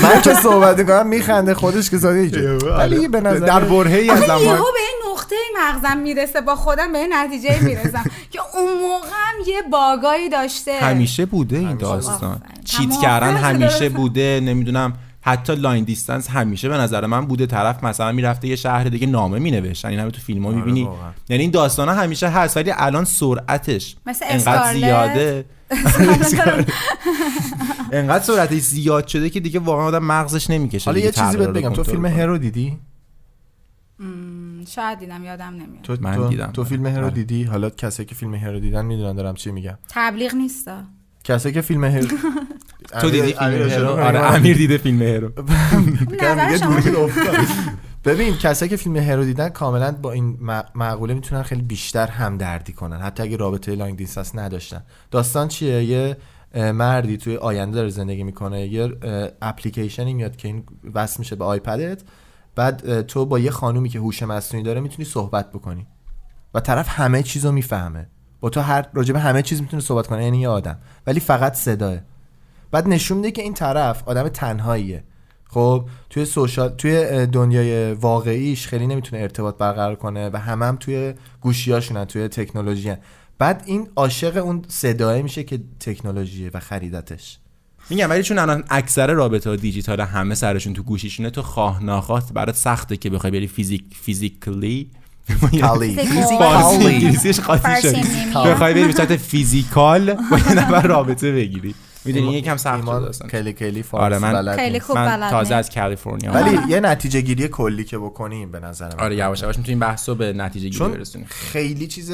Speaker 3: من که صحبت میکنم میخنده خودش که ساده هیچ ولی به نظر
Speaker 1: آره. در برهی از
Speaker 2: آخه
Speaker 1: زمان
Speaker 2: یهو به این نقطه مغزم میرسه با خودم به این نتیجه میرسم که اون موقع هم یه باگایی داشته
Speaker 1: همیشه بوده این داستان
Speaker 2: آفرین.
Speaker 1: چیت
Speaker 2: تمام.
Speaker 1: کردن همیشه
Speaker 2: درسته.
Speaker 1: بوده نمیدونم حتی لاین دیستنس همیشه به نظر من بوده طرف مثلا میرفته یه شهر دیگه نامه مینوشت این همه تو فیلم ها
Speaker 3: آره
Speaker 1: میبینی
Speaker 3: واقعا.
Speaker 1: یعنی این داستان همیشه هست ولی الان سرعتش
Speaker 2: مثل
Speaker 1: انقدر
Speaker 2: اسکارلت.
Speaker 1: زیاده انقدر سرعتش زیاد شده که دیگه واقعا آدم مغزش نمیکشه
Speaker 3: حالا
Speaker 1: دیگه
Speaker 3: یه چیزی
Speaker 1: تغییرات
Speaker 3: بهت
Speaker 1: رو
Speaker 3: بگم تو
Speaker 1: کنترل
Speaker 3: فیلم
Speaker 1: کنه.
Speaker 3: هرو دیدی
Speaker 2: شاید دیدم یادم نمیاد
Speaker 3: تو
Speaker 1: من
Speaker 3: تو-
Speaker 1: دیدم.
Speaker 3: تو فیلم هرو
Speaker 1: آره.
Speaker 3: دیدی حالا کسایی که فیلم هرو دیدن میدونن دارم چی میگم
Speaker 2: تبلیغ نیستا
Speaker 3: کسایی که فیلم هرو
Speaker 1: تو دیدی فیلم
Speaker 3: امیر-
Speaker 1: هرو
Speaker 3: امیر-
Speaker 1: آره امیر دیده فیلم هرو
Speaker 2: نظر شما چیه؟
Speaker 3: ببین کسایی که فیلم هرو دیدن کاملا با این م- معقوله میتونن خیلی بیشتر همدردی کنن حتی اگه رابطه لانگ دیستنس نداشتن داستان چیه یه اه، مردی توی آینده داره زندگی میکنه یه اه، اپلیکیشنی میاد که این وصل میشه به آیپدت بعد اه، تو با یه خانومی که هوش مصنوعی داره میتونی صحبت بکنی و طرف همه چیزو میفهمه با تو هر راجب همه چیز میتونه صحبت کنه یعنی یه آدم ولی فقط صداه بعد نشون میده که این طرف آدم تنهاییه خب توی سوشال توی اه، دنیای واقعیش خیلی نمیتونه ارتباط برقرار کنه و هم هم توی گوشیاشونن توی تکنولوژی بعد این عاشق اون صداه میشه که تکنولوژیه و خریدتش
Speaker 1: میگم ولی چون الان اکثر رابطه ها دیجیتال همه سرشون تو گوشیشونه تو خواه ناخواه برات سخته که بخوای بری فیزیک فیزیکلی
Speaker 3: تالی
Speaker 1: فارسی
Speaker 3: فیزیکالی.
Speaker 1: انگلیسیش قاطی
Speaker 2: فارسی
Speaker 1: شد
Speaker 2: نمیاد.
Speaker 1: بخوای بری به صورت فیزیکال با یه نفر رابطه بگیری میدونی یکم سخت شده
Speaker 3: ایمان
Speaker 1: اصلا.
Speaker 3: خیلی خیلی فارسی
Speaker 1: آره من
Speaker 3: بلد
Speaker 2: خیلی
Speaker 3: نیست.
Speaker 2: خوب
Speaker 1: من
Speaker 2: بلد
Speaker 1: تازه
Speaker 2: نی.
Speaker 1: از کالیفرنیا
Speaker 3: ولی
Speaker 1: اومدم.
Speaker 3: یه نتیجه گیری کلی که بکنیم به نظر من
Speaker 1: آره یواش یواش میتونیم بحثو به نتیجه گیری
Speaker 3: چون
Speaker 1: برسونیم
Speaker 3: خیلی چیز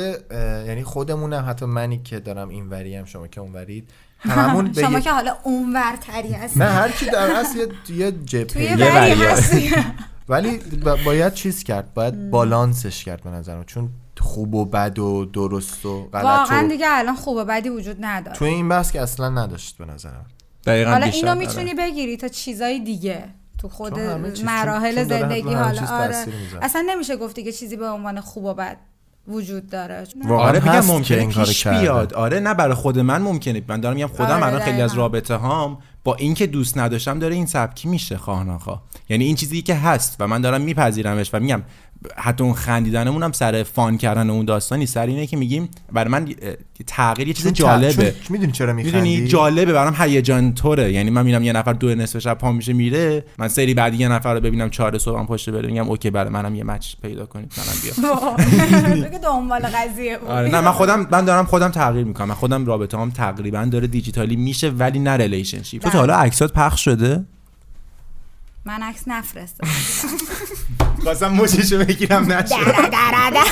Speaker 3: یعنی خودمونم حتی منی که دارم این وریم شما که اون ورید هممون به
Speaker 2: شما
Speaker 3: یه-
Speaker 2: که حالا اونورتری هستی
Speaker 3: نه هر کی در اصل یه, یه
Speaker 2: توی
Speaker 3: جبهه
Speaker 1: یه
Speaker 2: وری
Speaker 1: وری
Speaker 2: هستی
Speaker 3: ولی ب- باید چیز کرد باید بالانسش کرد به نظرم چون خوب و بد و درست و غلط
Speaker 2: واقعا
Speaker 3: و
Speaker 2: دیگه الان خوب و بدی وجود نداره
Speaker 3: توی این بحث که اصلا نداشت به نظرم
Speaker 1: دقیقاً
Speaker 2: حالا
Speaker 1: بیشتر، آره.
Speaker 2: اینو میتونی بگیری تا چیزای دیگه تو خود
Speaker 3: چون همه چیز-
Speaker 2: مراحل
Speaker 3: چون- چون داره
Speaker 2: زندگی
Speaker 3: رو همه
Speaker 2: حالا
Speaker 3: چیز
Speaker 2: آره
Speaker 3: تأثیر می‌ذاره.
Speaker 2: اصلا نمیشه گفتی که چیزی به عنوان خوب و بد وجود داره
Speaker 3: واقعا
Speaker 1: آره
Speaker 3: هست
Speaker 1: بگم
Speaker 3: که
Speaker 1: ممکنه
Speaker 3: این کارو
Speaker 1: پیش
Speaker 3: کردن.
Speaker 1: بیاد آره نه برای خود من ممکنه من دارم میگم خودم
Speaker 2: آره،
Speaker 1: الان خیلی از
Speaker 2: دقیقاً.
Speaker 1: رابطه هام با اینکه دوست نداشتم داره این سبکی میشه خواه ناخواه یعنی این چیزی که هست و من دارم میپذیرمش و میگم حتی اون خندیدنمون هم سر فان کردن اون داستانی سر اینه که میگیم برای من اه، تغییر یه چیز جالبه
Speaker 3: میدونی چرا
Speaker 1: میدونی
Speaker 3: میخندی
Speaker 1: جالبه برام هیجان طوره یعنی من میبینم یه نفر دو نصف شب پا میشه میره من سری بعد یه نفر رو ببینم چهار صبحم پشت بره میگم اوکی برای منم یه مچ پیدا کنید منم بیا
Speaker 2: که دنبال قضیه بود
Speaker 1: آره نه من خودم من دارم خودم تغییر میکنم من خودم رابطه هم تقریبا داره دیجیتالی میشه ولی نه
Speaker 2: بله.
Speaker 1: ریلیشنشیپ تو تا حالا عکسات پخش شده
Speaker 2: من عکس نفرستم
Speaker 1: خواستم مچشو بگیرم نشد
Speaker 2: دره دره دره.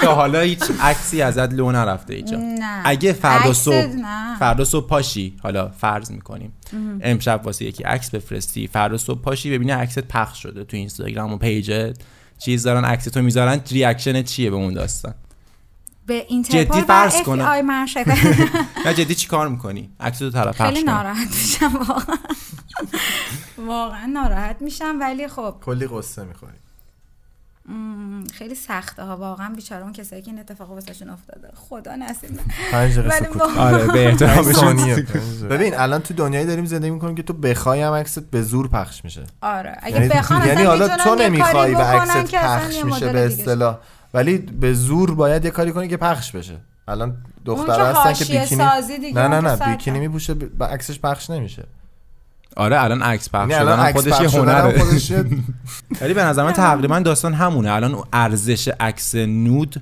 Speaker 1: تا حالا هیچ عکسی ازت لو نرفته اینجا
Speaker 2: نه.
Speaker 1: اگه فردا
Speaker 2: عکس
Speaker 1: صبح
Speaker 2: نه.
Speaker 1: فردا صبح پاشی حالا فرض میکنیم امشب واسه یکی عکس بفرستی فردا صبح پاشی ببینی عکست پخش شده تو اینستاگرام و پیجت چیز دارن عکس تو میذارن ریاکشن چیه به اون داستان
Speaker 2: به اینترپول
Speaker 1: جدی
Speaker 2: و
Speaker 1: فرض
Speaker 2: FBI
Speaker 1: کنم.
Speaker 2: من شکایت-
Speaker 1: نه جدی چیکار میکنی عکس تو طرف پخش
Speaker 2: خیلی
Speaker 1: کنن.
Speaker 2: ناراحت میشم واقعا واقعا ناراحت میشم ولی خب
Speaker 3: کلی قصه میخوری
Speaker 2: م، خیلی سخته ها واقعا بیچاره اون کسایی که این اتفاق واسهشون افتاده خدا نصیب
Speaker 3: پنج دقیقه
Speaker 2: ولی
Speaker 3: سکوت
Speaker 2: واقعا
Speaker 1: آره به
Speaker 3: پنج ثانیه.
Speaker 1: احترامشون
Speaker 3: ببین الان تو دنیایی داریم زندگی میکنیم که تو بخوای هم عکست به زور پخش میشه
Speaker 2: آره اگه
Speaker 3: یعنی,
Speaker 2: بخوان
Speaker 3: یعنی
Speaker 2: اصلا می‌تونن
Speaker 3: حالا تو
Speaker 2: یه کاری
Speaker 3: نمیخوای و
Speaker 2: بکنن
Speaker 3: عکست
Speaker 2: که اصلا
Speaker 3: پخش
Speaker 2: یه
Speaker 3: میشه
Speaker 2: مدل
Speaker 3: به
Speaker 2: دیگه شه.
Speaker 3: اصطلاح ولی به زور باید یه کاری کنی که پخش بشه الان
Speaker 2: که
Speaker 3: دختر هستن که
Speaker 2: حاشیه
Speaker 3: بیکینی
Speaker 2: سازی دیگه،
Speaker 3: نه نه
Speaker 2: اون که
Speaker 3: نه
Speaker 2: سر
Speaker 3: بیکینی
Speaker 2: کن.
Speaker 3: میپوشه ب- و عکسش پخش نمیشه
Speaker 1: آره الان عکس پخش
Speaker 3: یعنی الان
Speaker 1: شدن هم
Speaker 3: عکس
Speaker 1: خودش یه
Speaker 3: پخش شدن هم
Speaker 1: هنره
Speaker 3: خودش یه-
Speaker 1: ولی به نظر من تقریبا داستان همونه الان اون ارزش عکس نود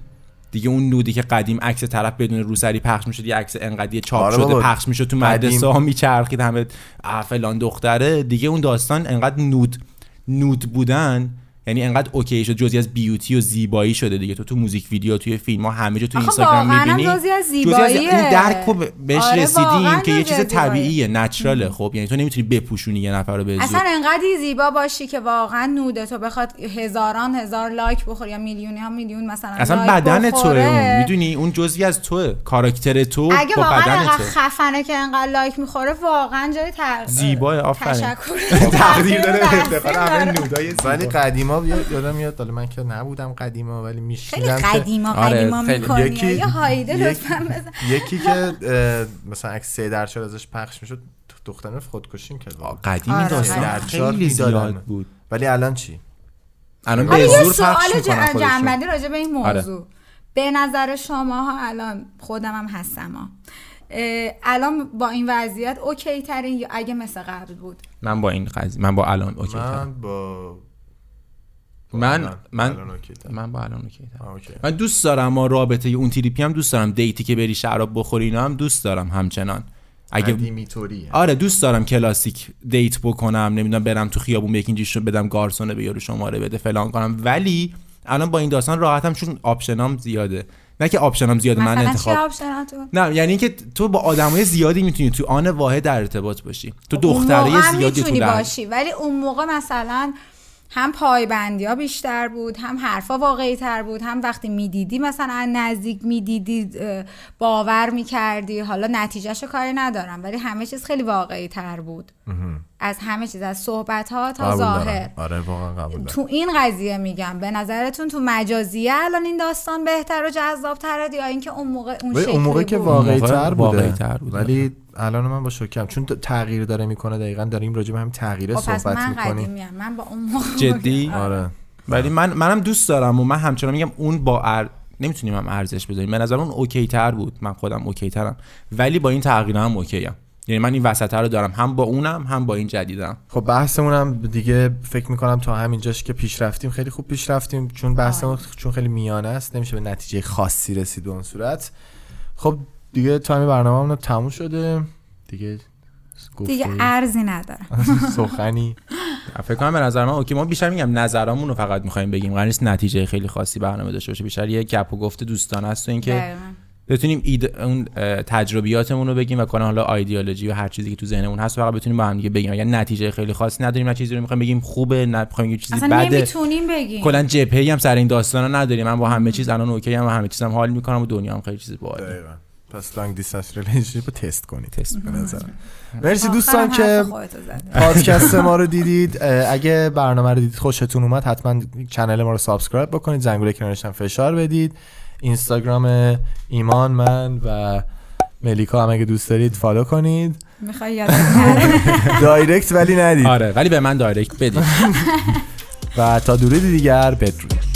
Speaker 1: دیگه اون نودی که قدیم عکس طرف بدون روسری پخش میشد یه عکس انقدی چاپ
Speaker 3: آره
Speaker 1: شده
Speaker 3: بابا.
Speaker 1: پخش میشد تو مدرسه ها میچرخید همه "اه، فلان دختره دیگه اون داستان انقدر نود نود بودن یعنی انقدر اوکی شد جزی از بیوتی و زیبایی شده دیگه تو تو موزیک ویدیو توی فیلم ها همه جا تو
Speaker 2: آخه
Speaker 1: اینستاگرام
Speaker 2: واقعاً هم
Speaker 1: میبینی
Speaker 2: جزئی از زیباییه.
Speaker 1: این درک رو ب- بهش
Speaker 2: آره،
Speaker 1: رسیدیم
Speaker 2: واقعاً
Speaker 1: که یه
Speaker 2: جزئی
Speaker 1: چیز
Speaker 2: از
Speaker 1: طبیعیه نچراله خب یعنی تو نمیتونی بپوشونی یه نفر رو به زور.
Speaker 2: اصلا انقدری زیبا باشی که واقعا نوده تو بخواد هزاران هزار لایک بخوری یا میلیونی ها میلیون مثلا
Speaker 1: اصلا
Speaker 2: لایک
Speaker 1: بدن توه
Speaker 2: بخوره.
Speaker 1: اون میدونی اون جزوی از توه کاراکتر
Speaker 3: خب
Speaker 1: تو
Speaker 2: اگه
Speaker 1: با
Speaker 2: واقعا
Speaker 1: بدن
Speaker 2: انقدر
Speaker 1: تو
Speaker 2: خفنه که انقدر لایک میخوره واقعا جای تق...
Speaker 1: زیباه، آفرین.
Speaker 2: تشکر
Speaker 1: تقدیر داره
Speaker 2: تقدیر
Speaker 1: افتخار
Speaker 2: داره.
Speaker 1: همه نودای زیبا.
Speaker 3: ولی قدیما بیا- یادم میاد حالا من که نبودم قدیما ولی
Speaker 2: خیلی
Speaker 3: میشنیدم که
Speaker 2: قدیما
Speaker 1: آره،
Speaker 2: قدیما
Speaker 1: خیلی.
Speaker 2: میکنی
Speaker 3: یکی-
Speaker 2: یه هایده
Speaker 3: یک-
Speaker 2: لطفا بزن
Speaker 3: یکی که اه، مثلا عکس سه در چهار ازش پخش میشد دختر خودکشی میکرد
Speaker 1: قدیمی
Speaker 2: آره،
Speaker 1: داستان
Speaker 3: در چار
Speaker 1: خیلی
Speaker 3: می‌دادن.
Speaker 1: زیاد بود
Speaker 3: ولی الان چی
Speaker 1: الان
Speaker 2: حالا
Speaker 1: به
Speaker 2: یه
Speaker 1: زور
Speaker 2: سوال
Speaker 1: پخش میکنن
Speaker 2: ج-
Speaker 1: خودشون آره.
Speaker 2: جنبندی راجع به این موضوع به نظر شماها الان خودم هم هستم ها. اه، الان با این وضعیت اوکی ترین یا اگه مثل قبل بود
Speaker 1: من با این قضیه من با الان اوکی ترم.
Speaker 3: من با
Speaker 1: من
Speaker 3: الان
Speaker 1: من
Speaker 3: اوکی ترم.
Speaker 1: من با الان اوکی ترم.
Speaker 3: آه، اوکی.
Speaker 1: من دوست دارم ما رابطه اون تریپی هم دوست دارم دیتی که بری شراب بخوری اینا هم دوست دارم همچنان اگه
Speaker 3: قدیمی طوریه.
Speaker 1: آره دوست دارم کلاسیک دیت بکنم نمیدونم برم تو خیابون به یکی رو بدم گارسونه به یارو شماره بده فلان کنم ولی الان با این داستان راحتم چون آپشنام زیاده نه که آپشنام زیاده من
Speaker 2: مثلا چی
Speaker 1: انتخاب
Speaker 2: آپشناتون
Speaker 1: نه یعنی اینکه تو با آدمای زیادی میتونی تو آن واحد در ارتباط باشی تو دختره
Speaker 2: اون موقع هم
Speaker 1: زیادی تو
Speaker 2: میتونی
Speaker 1: لحظه-
Speaker 2: باشی ولی اون موقع مثلا هم پایبندی ها بیشتر بود هم حرفا واقعی تر بود هم وقتی میدیدی مثلا از نزدیک میدیدی اه، باور میکردی حالا نتیجهشو کاری ندارم ولی همه چیز خیلی واقعی تر بود از همه چیز از صحبت ها تا
Speaker 3: قبول دارم.
Speaker 2: ظاهر
Speaker 3: آره واقعا قبول دارم
Speaker 2: تو این قضیه میگم به نظرتون تو مجازیه الان این داستان بهتر و جذاب تره یا اینکه اون موقع اون
Speaker 3: ولی
Speaker 2: شکلی
Speaker 3: اون موقع
Speaker 2: بود؟
Speaker 3: که واقعی
Speaker 1: موقع
Speaker 3: تر بوده
Speaker 1: واقعی‌تر بوده.
Speaker 3: ولی الان من با شوکم چون د- تغییر داره میکنه دقیقا داریم راجع به هم تغییر
Speaker 2: خب، پس
Speaker 3: صحبت
Speaker 2: من
Speaker 3: میکنیم
Speaker 2: قدیمیم من با اون موقع
Speaker 1: جدی
Speaker 3: آره
Speaker 1: ولی من منم دوست دارم و من همچنان میگم اون با ار... نمیتونیم هم ارزش بذاریم به نظر من اون اوکی تر بود من خودم اوکی ترم ولی با این تغییر هم اوکی یعنی من این وسط رو دارم هم با اونم هم با این جدیدم
Speaker 3: خب بحثمون هم دیگه فکر میکنم تا همینجاش که پیش رفتیم خیلی خوب پیش رفتیم چون
Speaker 2: آره.
Speaker 3: بحثمون چون خیلی میانه است نمیشه به نتیجه خاصی رسید به اون صورت خب دیگه تایم برنامه هم تموم شده دیگه
Speaker 2: دیگه
Speaker 3: گفتگو-
Speaker 2: ارزی نداره
Speaker 3: سخنی
Speaker 1: فکر کنم به نظر من اوکی ما بیشتر میگم نظرامون رو فقط میخوایم بگیم قرار نیست نتیجه خیلی خاصی برنامه داشته باشه بیشتر یه گپ و گفت دوستانه است و اینکه
Speaker 2: دقیقاً.
Speaker 1: بتونیم اید... اون اه، تجربیاتمون رو بگیم و کلا حالا ایدئولوژی و هر چیزی که تو ذهنمون هست فقط بتونیم با هم دیگه بگیم اگر نتیجه خیلی خاصی نداریم نه چیزی رو میخوایم بگیم خوبه نه میخوایم یه چیزی
Speaker 2: اصلا
Speaker 1: بده
Speaker 2: نمیتونیم بگیم
Speaker 1: کلا جبهه هم سر این داستانا نداریم من با همه چیز الان اوکی هم و همه چیزم حال میکنم و دنیا هم خیلی چیز
Speaker 3: بله.
Speaker 1: باحاله
Speaker 3: پس لانگ دیستنس ریلیشنشیپ رو تست کنید
Speaker 1: تست
Speaker 3: به نظرم مرسی
Speaker 2: آخرم
Speaker 3: دوستان
Speaker 2: حرف
Speaker 3: که
Speaker 2: خودتو زدی.
Speaker 3: پادکست ما رو دیدید اه، اگه برنامه رو دیدید خوشتون اومد حتما کانال ما رو سابسکرایب بکنید زنگوله کنارش هم فشار بدید اینستاگرام ایمان من و ملیکا هم اگه دوست دارید فالو کنید
Speaker 2: میخوای یادت نره.
Speaker 3: دایرکت ولی ندید
Speaker 1: آره ولی به من دایرکت بدید
Speaker 3: و تا درود دیگر بدرود